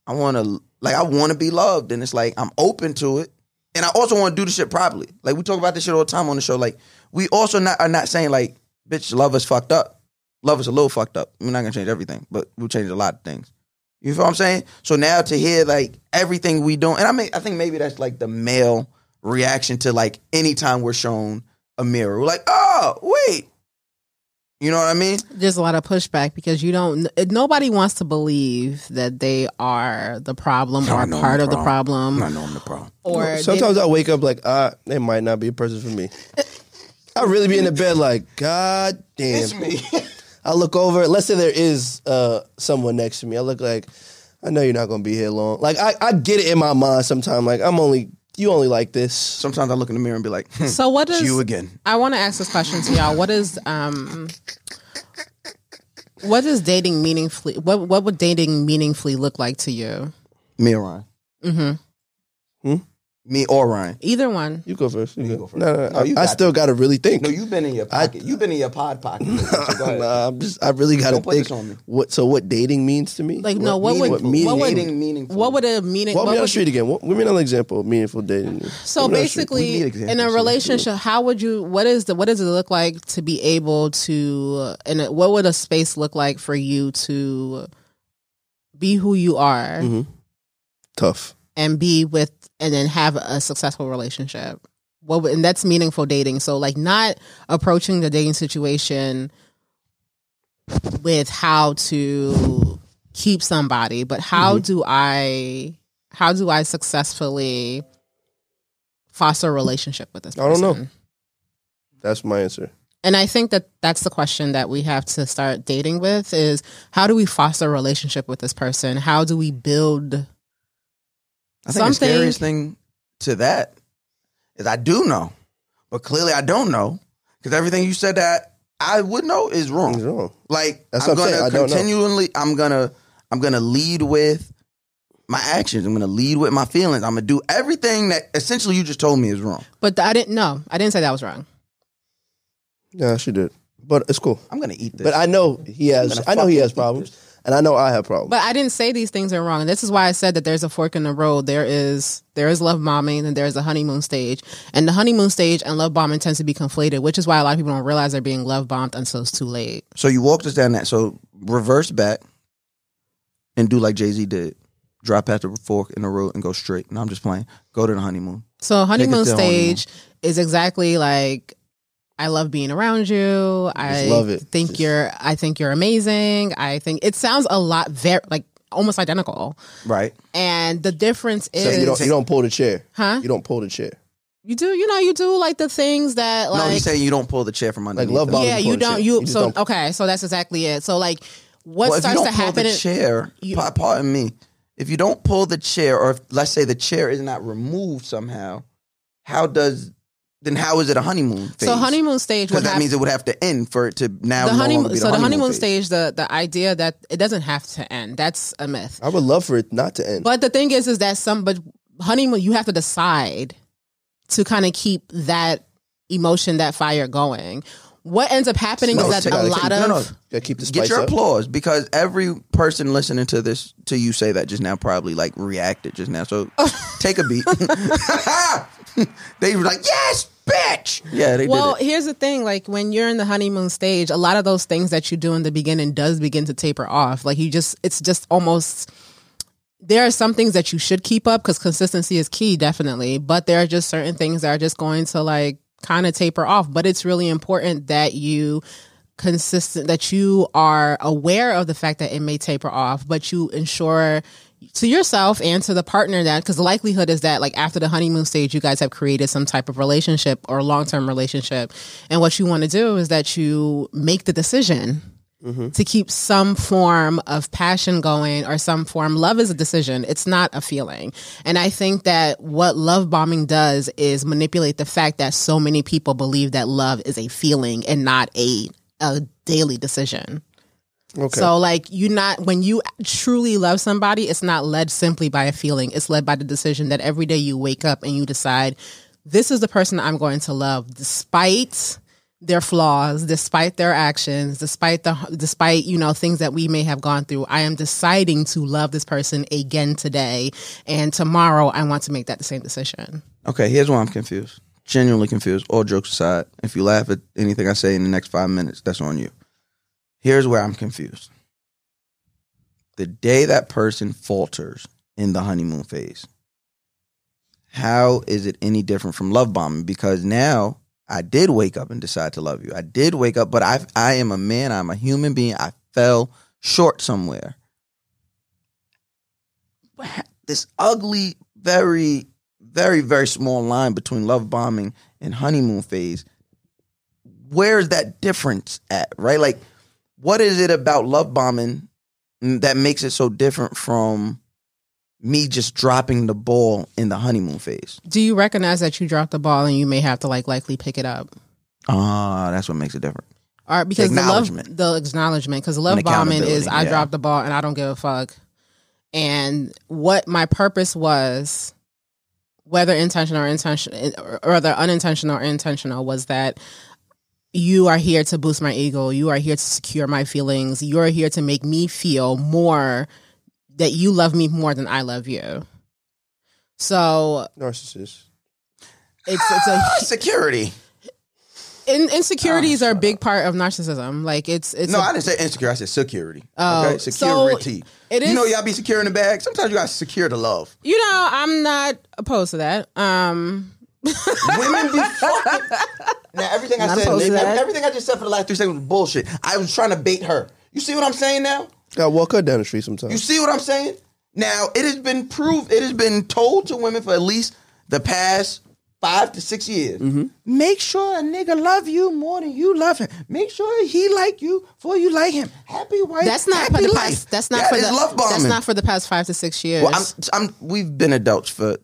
C: I want to like I want to be loved, and it's like I'm open to it, and I also want to do the shit properly. Like we talk about this shit all the time on the show. Like we also not are not saying like bitch, love is fucked up. Love is a little fucked up. We're not gonna change everything, but we'll change a lot of things. You feel what I'm saying? So now to hear like everything we do, and I mean, I think maybe that's like the male reaction to like anytime we're shown a mirror. We're like, oh wait, you know what I mean?
B: There's a lot of pushback because you don't. n- Nobody wants to believe that they are the problem
C: No, I
B: or
C: know
B: part
C: I'm
B: of the problem,
C: I know I'm the problem.
B: or
D: Sometimes I wake up like, ah, they might not be a person for me. I really be in the bed like, God damn.
C: It's me.
D: I look over. Let's say there is uh, someone next to me. I look like I know you're not gonna be here long. Like I, I get it in my mind sometime. Like I'm only you only like this.
C: Sometimes I look in the mirror and be like, hmm,
B: they- so what
C: it's
B: is
C: you again.
B: I want to ask this question to y'all. What is um, what does dating meaningfully? What what would dating meaningfully look like to you?
C: Me or Ryan?
B: hmm
C: Me or Ryan?
B: Either one.
D: You go first. You, go.
C: go first.
D: No, no, no.
C: No, you
D: I, I
C: got
D: still gotta really think.
C: No, you've been in your pocket. you've been in your pod pocket. So go ahead.
D: nah, I'm just I really gotta
C: Don't put
D: think.
C: this on me.
D: What so what dating means to me?
B: Like, no, what would-
D: what
B: what
D: meaning?
B: would-
C: Dating meaningful.
B: What would a meaning?
D: Walk
B: what
D: me down the
B: would-
D: street again. What, give me another example of meaningful dating.
B: So
D: Walk me down the street.
C: We need
B: basically, in
C: examples
B: a
C: here.
B: relationship, how would you? What is the? What does it look like to be able to? And what would a space look like for you to be who you are
D: Mhm. tough.
B: and be with, and then have a successful relationship? What would, and that's meaningful dating. So like not approaching the dating situation with how to keep somebody, but how
D: Mm-hmm.
B: do I? How do I successfully? foster a relationship with this
D: I
B: person.
D: don't know. That's my answer.
B: And I think that that's the question that we have to start dating with is how do we foster a relationship with this person? How do we build
C: I think
B: Something-
C: the scariest thing to that is I do know, but clearly I don't know because everything you said that I would know is
D: Things
C: wrong.
D: wrong.
C: Like
D: That's
C: I'm
D: what I'm saying.
C: gonna
D: I don't know.
C: continually, I'm gonna, I'm gonna lead with my actions. I'm gonna lead with my feelings. I'm gonna do everything that essentially you just told me is wrong.
B: but th- I didn't know. I didn't say that was wrong.
D: Yeah, she did, but it's cool.
C: I'm gonna eat this.
D: But I know he has.
C: gonna
D: I know he
C: fucking
D: has
C: eat
D: problems, and I know I have problems.
B: But I didn't say these things are wrong. And this is why I said that there's a fork in the road. There is there is love bombing and there is a honeymoon stage. And the honeymoon stage and love bombing tends to be conflated, which is why a lot of people don't realize they're being love bombed until it's too late.
C: so you walked us down that. So reverse back and do like Jay Z did. Drop at the fork in the road and go straight. No, I'm just playing. Go to the honeymoon.
B: So honeymoon
C: to the honeymoon.
B: stage is exactly like I love being around you. I
D: love it.
B: Think
D: Just-
B: you're. I think you're amazing. I think it sounds a lot very like almost identical,
C: Right.
B: and the difference is,
D: So you don't you don't pull the chair.
B: huh?
D: You don't pull the chair.
B: You do. You know, you do like the things that
C: no,
B: like
C: he's saying you don't pull the chair from underneath.
D: love
C: them.
D: bombing.
B: yeah. You
D: you pull the
B: don't.
D: shit.
B: You,
D: You just
B: so
D: don't-
B: okay. So that's exactly it. So like what
C: well, if you
B: starts
C: don't
B: to
C: pull
B: happen.
C: the
B: in-
C: chair,
B: you-
C: pa- pardon me. If you don't pull the chair, or if, let's say the chair is not removed somehow, how does then how is it a honeymoon phase?
B: so honeymoon stage
C: because
B: would
C: that
B: happen.
C: means it would have to end for it to now.
B: the
C: no
B: honeymoon,
C: longer be the
B: so the
C: honeymoon,
B: honeymoon
C: phase.
B: stage, the the idea that it doesn't have to end. That's a myth.
D: I would love for it not to end.
B: But the thing is, is that some but honeymoon, you have to decide to kind of keep that emotion, that fire going. What ends up happening
D: No,
B: is
D: you
B: that a
D: gotta
B: lot
D: keep-
B: of
C: no, no.
D: Gotta keep the
C: Get
D: spice
C: your
D: up.
C: applause because every person listening to this to you say that just now probably like reacted just now. So take a beat. they were like, "Yes, bitch." Yeah, they
B: well,
C: did. It.
B: here's the thing: like when you're in the honeymoon stage, a lot of those things that you do in the beginning does begin to taper off. Like you just, it's just almost. There are some things that you should keep up because consistency is key, definitely. But there are just certain things that are just going to like kind of taper off. But it's really important that you consistent that you are aware of the fact that it may taper off, but you ensure to yourself and to the partner that because the likelihood is that like after the honeymoon stage you guys have created some type of relationship or long-term relationship and what you want to do is that you make the decision to keep some form of passion going or some form love is a decision it's not a feeling and i think that what love bombing does is manipulate the fact that so many people believe that love is a feeling and not a a daily decision
D: Okay.
B: so like you not when you truly love somebody it's not led simply by a feeling it's led by the decision that every day you wake up and you decide this is the person i'm going to love despite their flaws, despite their actions, despite the despite you know things that we may have gone through. I am deciding to love this person again today, and tomorrow I want to make that the same decision.
C: Okay, here's why I'm confused. Genuinely confused. All jokes aside, if you laugh at anything I say in the next five minutes, that's on you. Here's where I'm confused. The day that person falters in the honeymoon phase, how is it any different from love bombing? Because now I did wake up and decide to love you. I did wake up, but I I am a man. I'm a human being. I fell short somewhere. This ugly, very, very, very small line between love bombing and honeymoon phase. Where is that difference at? Right, like what is it about love bombing that makes it so different from me just dropping the ball in the honeymoon phase?
B: Do you recognize that you dropped the ball and you may have to like likely pick it up?
C: Ah, that's what makes it different.
B: All right, because the
C: Acknowledgement.
B: love, the acknowledgement, because love
C: And
B: bombing is I
C: accountability, yeah.
B: dropped the ball and I don't give a fuck. And what my purpose was, whether intentional or intentional, or whether unintentional or intentional, was that you are here to boost my ego. You are here to secure my feelings. You are here to make me feel more that you love me more than I love you. So
D: Narcissist.
B: it's it's a
C: Uh, Security.
B: in, insecurities are a big part of narcissism. Like it's it's
C: oh, no,
B: a-
C: I I didn't say insecure. I said security.
B: Oh,
C: okay,
B: so
C: security.
B: it
C: You know,
B: is-
C: y'all be securing the bag. Sometimes you gotta secure the love.
B: You know, I'm not opposed to that. Um,
C: Women be fucking. Now everything I
B: Not
C: said,
B: opposed to that.
C: everything I just said for the last three seconds was bullshit. I was trying to bait her. You see what I'm saying now?
D: Gotta walk her down the street
C: You
D: sometimes.
C: see what I'm saying? Now, it has been proved, it has been told to women for at least the past five to six years.
B: Mm-hmm.
C: Make sure a nigga love you more than you love him. Make sure he like you before you like him. Happy wife.
B: that's not for
C: happy
B: the
C: life.
B: past. That's not
C: That
B: for
C: is
B: the
C: love bombing.
B: That's not for the past five to six years.
C: well, I'm, I'm, we've been adults for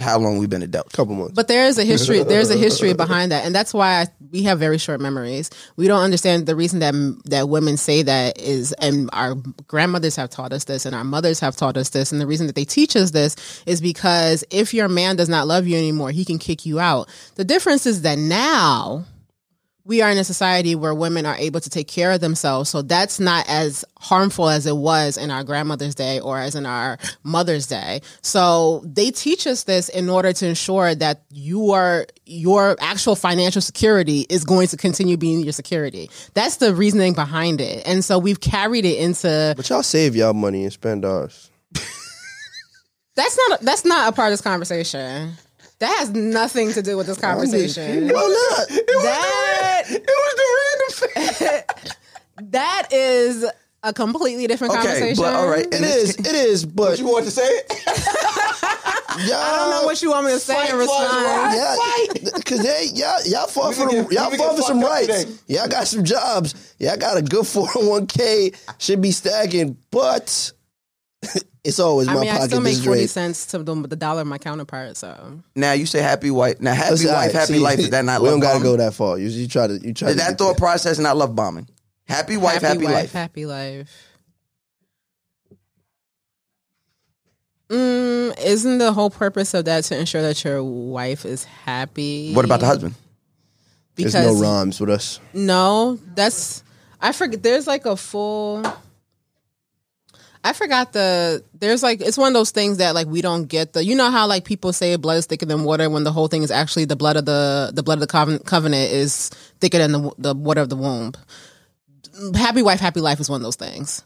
C: how long we've been adults.
D: Couple months.
B: but there is a history. There's a history behind that, and that's why I, we have very short memories. We don't understand the reason that that women say that is, and our grandmothers have taught us this, and our mothers have taught us this, and the reason that they teach us this is because if your man does not love you anymore, he can kick you out. The difference is that now we are in a society where women are able to take care of themselves. So that's not as harmful as it was in our grandmother's day or as in our mother's day. So they teach us this in order to ensure that your your actual financial security is going to continue being your security. That's the reasoning behind it. And so we've carried it into
D: But y'all save y'all money and spend ours.
B: that's not that's not a part of this conversation. That has nothing to do with this conversation.
D: Why not?
B: That
C: It was the random
B: that is a completely different
C: Okay,
B: conversation.
C: but all right.
D: It is. It is. But
C: You want to say it?
D: y'all,
B: I don't know what you want me to say in
C: Fight, fight,
B: response.
D: Yeah, cause they y'all y'all fought for
C: can
D: them,
C: get-
D: y'all
C: we can get
D: fought for some
C: fucked up
D: rights.
C: today.
D: Y'all got some jobs. Y'all got a good four hundred one k. Should be stacking, but it's always
B: I
D: my
B: mean, I
D: pocket
B: still make
D: this
B: forty
D: great.
B: cents to the, the dollar of my counterpart. So
C: Now, you say happy wife. Now, happy
D: Listen, all
C: wife,
D: right,
C: happy
D: see,
C: life. Is that not
D: We
C: love
D: don't gotta
C: bombing?
D: go that far. You, you try to you try
C: Is
D: to
C: that
D: get
C: thought process not love bombing? Happy wife, happy, life.
B: happy life. Mm, isn't the whole purpose of that to ensure that your wife is happy?
C: What about the husband?
D: There's
B: Because
D: no rhymes with us.
B: No, that's I forget. There's like a full. I forgot the there's like it's one of those things that like we don't get the you know how like people say blood is thicker than water when the whole thing is actually the blood of the the blood of the covenant, covenant is thicker than the w- the water of the womb. Happy wife, happy life is one of those things.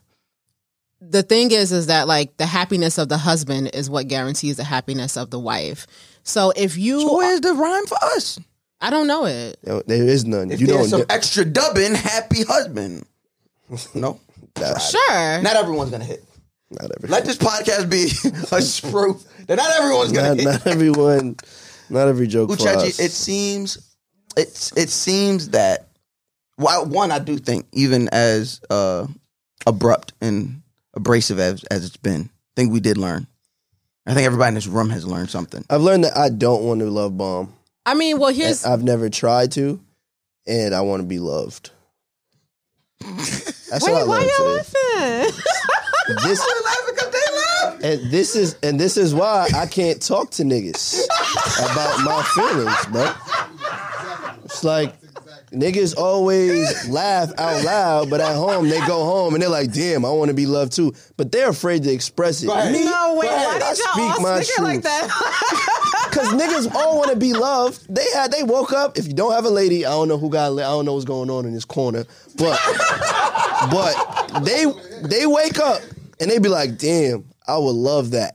B: The thing is, is that like the happiness of the husband is what guarantees the happiness of the wife. So if you,
C: Where's the rhyme for us?
B: I don't know it.
D: There there is none.
C: If
D: you
C: there's
D: don't.
C: some
D: know-
C: extra dubbing, happy husband. No,
B: Sure,
C: not everyone's gonna hit.
D: not everyone.
C: Let this podcast be a spruce that not everyone's gonna
D: Not,
C: hit.
D: not everyone. Not every joke for us.
C: Uchachi, it seems, it's it seems that well, one I do think even as uh, abrupt and abrasive as as it's been, I think we did learn. I think everybody in this room has learned something.
D: I've learned that I don't want to love bomb.
B: I mean, well,
D: And
B: here's
D: I've never tried to, and I want to be loved. That's what I learned today.
B: laughing?
D: This and this is and this is why I can't talk to niggas about my feelings, bro. It's like Niggas always laugh out loud, but at home they go home and they're like, "Damn, I want to be loved too," but they're afraid to express it.
C: Right.
D: Me?
B: No, wait,
D: Right.
B: why
D: I
B: did y'all
D: speak my
B: all snicker like
D: truth.
B: that?
D: Cause niggas all want to be loved. They had they woke up. If you don't have a lady, I don't know who got. la- I don't know what's going on in this corner, but but they they wake up and they be like, damn, I would love that.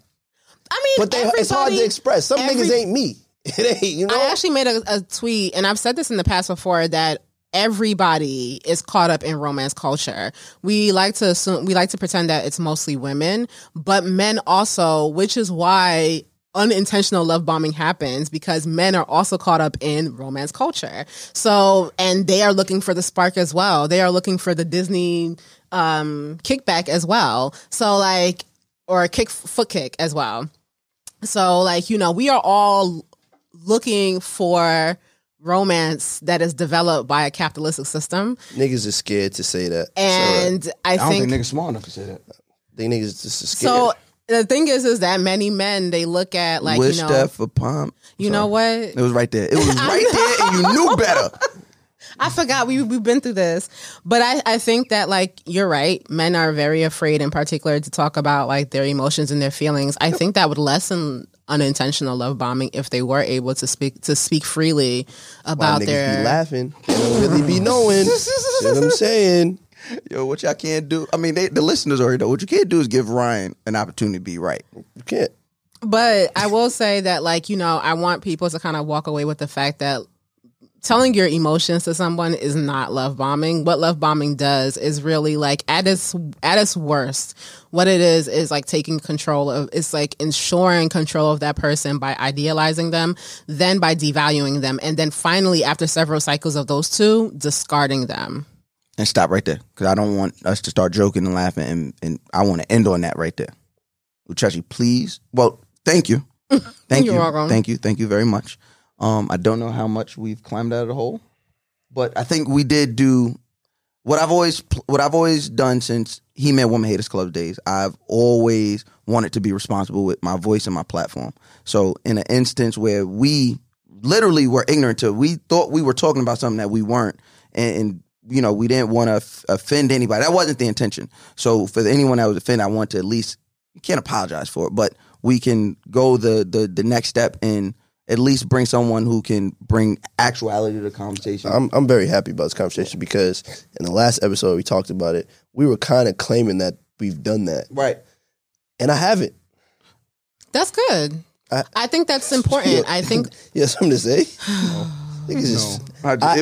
B: I mean,
D: But they it's hard to
B: everybody-
D: express. Some
B: every-
D: niggas ain't me. It ain't you know.
B: I actually made a, a tweet, and I've said this in the past before that everybody is caught up in romance culture. We like to assume, we like to pretend that it's mostly women, but men also, which is why unintentional love bombing happens because men are also caught up in romance culture. So, and they are looking for the spark as well. They are looking for the Disney um kickback as well. So like or kick foot kick as well. So like, you know, we are all looking for romance that is developed by a capitalistic system.
D: niggas is scared to say that.
B: And I,
C: I don't
B: think,
C: think, niggas smart enough to say that.
D: they niggas just is scared.
B: so the thing is is that many men they look at like,
C: Wish
B: you know,
C: that for Pump.
B: you know what?
C: It was right there. It was right there, and you knew better.
B: I forgot we we've been through this, but I I think that like you're right. Men are very afraid, in particular, to talk about like their emotions and their feelings. I think that would lessen unintentional love bombing if they were able to speak to speak freely
D: Why
B: about
D: niggas be
B: their.
D: laughing. They don't really be knowing. See what I'm saying?
C: Yo, what y'all can't do? I mean, they, the listeners already know. What you can't do is give Ryan an opportunity to be right.
D: You can't.
B: But I will say that like you know I want people to kind of walk away with the fact that. Telling your emotions to someone is not love bombing. What love bombing does is really like at its at its worst, what it is is like taking control of it's like ensuring control of that person by idealizing them then by devaluing them and then finally after several cycles of those two discarding them
C: And stop right there, because I don't want us to start joking and laughing, and, and I want to end on that right there. Uchachi, please. Well, thank you, thank
B: You're
C: you,
B: welcome.
C: thank you, thank you very much. Um, I don't know how much we've climbed out of the hole, but I think we did do what I've always pl- what I've always done since He Man Woman Haters Club days. I've always wanted to be responsible with my voice and my platform. So in an instance where we literally were ignorant to, we thought we were talking about something that we weren't, and, and you know we didn't want to f- offend anybody. That wasn't the intention. So for anyone that was offended, I want to at least you can't apologize for it, but we can go the the the next step and at least bring someone who can bring actuality to the conversation.
D: I'm I'm very happy about this conversation because in the last episode we talked about it, we were kind of claiming that we've done that,
C: right.
D: and I haven't.
B: that's good i,
D: I-
B: think that's important i think
D: You have something to say? Niggas is-
C: I, it
D: I,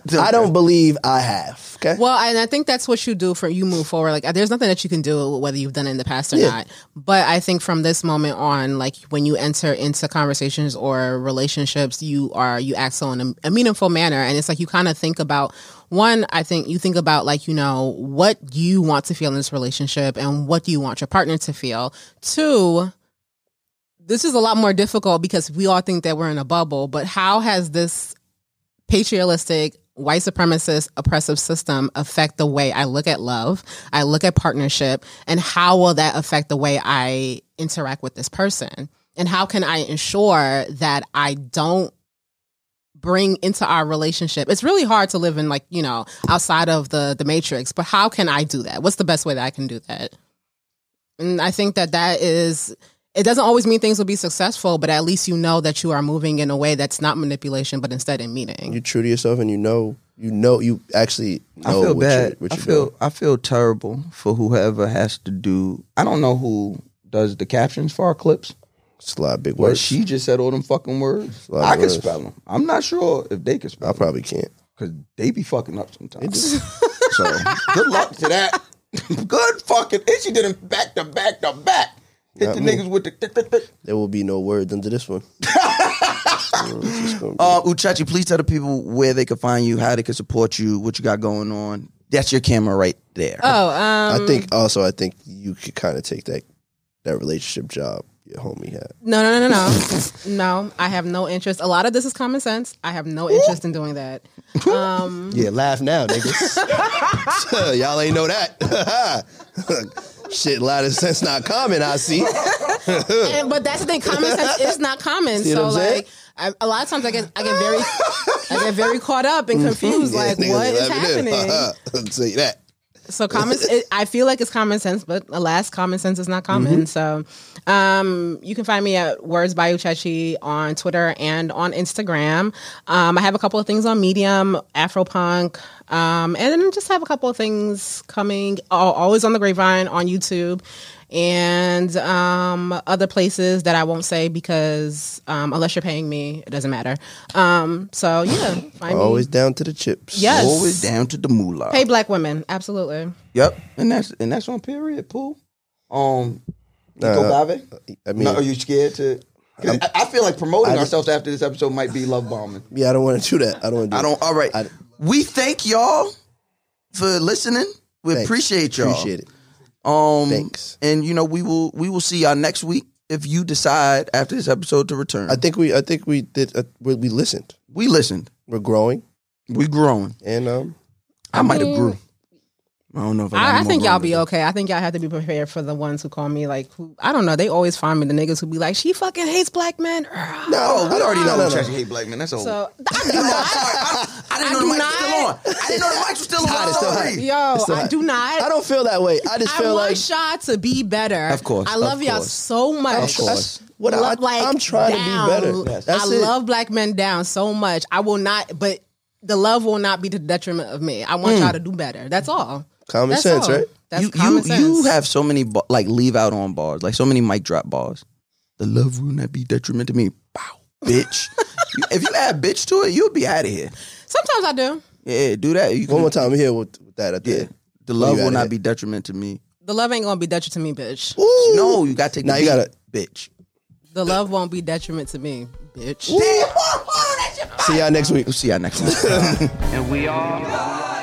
C: was-
D: I- I don't believe I have. Okay.
B: well and i think that's what you do for you move forward like there's nothing that you can do whether you've done it in the past or
D: Yeah.
B: not but i think from this moment on like when you enter into conversations or relationships you are you act so in a, a meaningful manner and it's like you kind of think about one i think you think about like you know what you want to feel in this relationship and what do you want your partner to feel two this is a lot more difficult because we all think that we're in a bubble, but how has this patriarchalistic, white supremacist, oppressive system affect the way I look at love, I look at partnership, and how will that affect the way I interact with this person? And how can I ensure that I don't bring into our relationship? It's really hard to live in like, you know, outside of the the matrix, but how can I do that? What's the best way that I can do that? And I think that that is it doesn't always mean things will be successful, but at least you know that you are moving in a way that's not manipulation, but instead in meaning.
D: You're true to yourself, and you know, you know, you actually know
C: I feel
D: what
C: bad.
D: you're, what
C: I
D: you're
C: feel
D: doing.
C: I feel terrible for whoever has to do. I don't know who does the captions for our clips,
D: It's a lot of big
C: but
D: words.
C: she just said all them fucking words.
D: lot of
C: I can
D: words.
C: spell them. I'm not sure if they can spell
D: I probably can't.
C: because they be fucking up sometimes. so good luck to that. good fucking. And she did it back to back to back. Hit the niggas with the. th- th- th-
D: There will be no words under this one.
C: Uh, Uchachi, please tell the people where they can find you, how they can support you, what you got going on. That's your camera right there.
B: Oh, um,
D: I think also I think you could kind of take that that relationship job your homie had.
B: no, no, no, no, no. No, I have no interest. A lot of this is common sense. I have no interest in doing that. Um,
D: Yeah, laugh now, niggas. Y'all ain't know that. Shit, a lot of sense not common. I see.
B: and, but that's the thing. Common sense is not common.
D: See what
B: so
D: I'm saying?
B: like, I, a lot of times I get I get very I get very caught up and confused. like
C: niggas
B: what is
C: laughing at
B: happening?
C: it. I'll tell you that.
B: So common, it, I feel like it's common sense, but alas, common sense is not common. So, um, you can find me at Words by Uchechi on Twitter and on Instagram. Um, I have a couple of things on Medium, Afropunk, um, and then just have a couple of things coming. Oh, always on the Grapevine on YouTube and um, other places that I won't say because um, unless you're paying me, it doesn't matter. Um, so yeah, find
D: Always
B: me.
D: down to the chips.
B: Yes.
C: Always down to the moolah.
B: Pay black women, absolutely.
C: Yep, and that's and that's on period. Pool. Um, Nico
D: Uh,
C: Bave.
D: I mean,
C: No, are you scared to? 'cause I, I feel like promoting
D: I just-
C: ourselves after this episode might be love bombing.
D: yeah, I don't want to do that. I don't want to do
C: I don't. All right,
D: I-
C: we thank y'all for listening. We
D: Thanks.
C: appreciate y'all.
D: Appreciate it.
C: Um,
D: Thanks.
C: And you know we will we will see y'all next week if you decide after this episode to return.
D: I think we I think we did uh, we, we listened.
C: we listened.
D: We're growing
C: We growing.
D: and um
C: I, might have
B: mean-
C: grew. I don't know if got
B: I, I
C: more
B: think
C: growing
B: y'all
C: to
B: be
C: do.
B: okay. I think y'all have to be prepared for the ones who call me like who, I don't know. They always find me the niggas who be like, she fucking hates black men.
C: Oh, we already know
D: No, no,
C: Trash
D: no.
C: Hate Black Man. That's old.
B: So I
C: I'm
B: do
C: sorry.
B: not.
C: I, don't- I didn't
B: I
C: know the
B: do
C: mic was
B: not-
C: still on. I didn't know the mic was still on.
D: hot, it's still hot.
C: Sorry.
B: Yo, I do not.
D: I don't feel that way. I just
B: I
D: feel
B: want
D: like
B: y'all to be better.
C: Of course,
B: I
C: of
B: love y'all
C: course.
B: so much.
D: Of course. What I- I'm trying to be
B: down.
D: better. Yes. That's
B: I
D: it.
B: love black men down so much. I will not, but the love will not be to the detriment of me. I want y'all to do better. That's all.
D: Mm. Common
B: That's
D: sense,
B: all.
D: right?
B: That's
C: you,
B: common
C: you,
B: sense.
C: you have so many ba- like leave out on bars, like so many mic drop bars. The love will not be detriment to me. Bow, bitch. You- if you add bitch to it, you'll be out of here.
B: Sometimes I do.
C: Yeah, do that. You
D: One
C: can-
D: more time here with, with that. I
C: Yeah.
D: think.
C: The love
D: You
C: will
D: outta
C: not
D: here.
C: be detriment to me.
B: The love ain't gonna be detriment to me, bitch.
D: Ooh.
C: No, you gotta take.
D: Now
C: the
D: you
C: beat,
D: gotta-
C: bitch.
B: The love won't be detriment to me, bitch.
D: See y'all next week.
C: We'll see y'all next time.
E: And we are.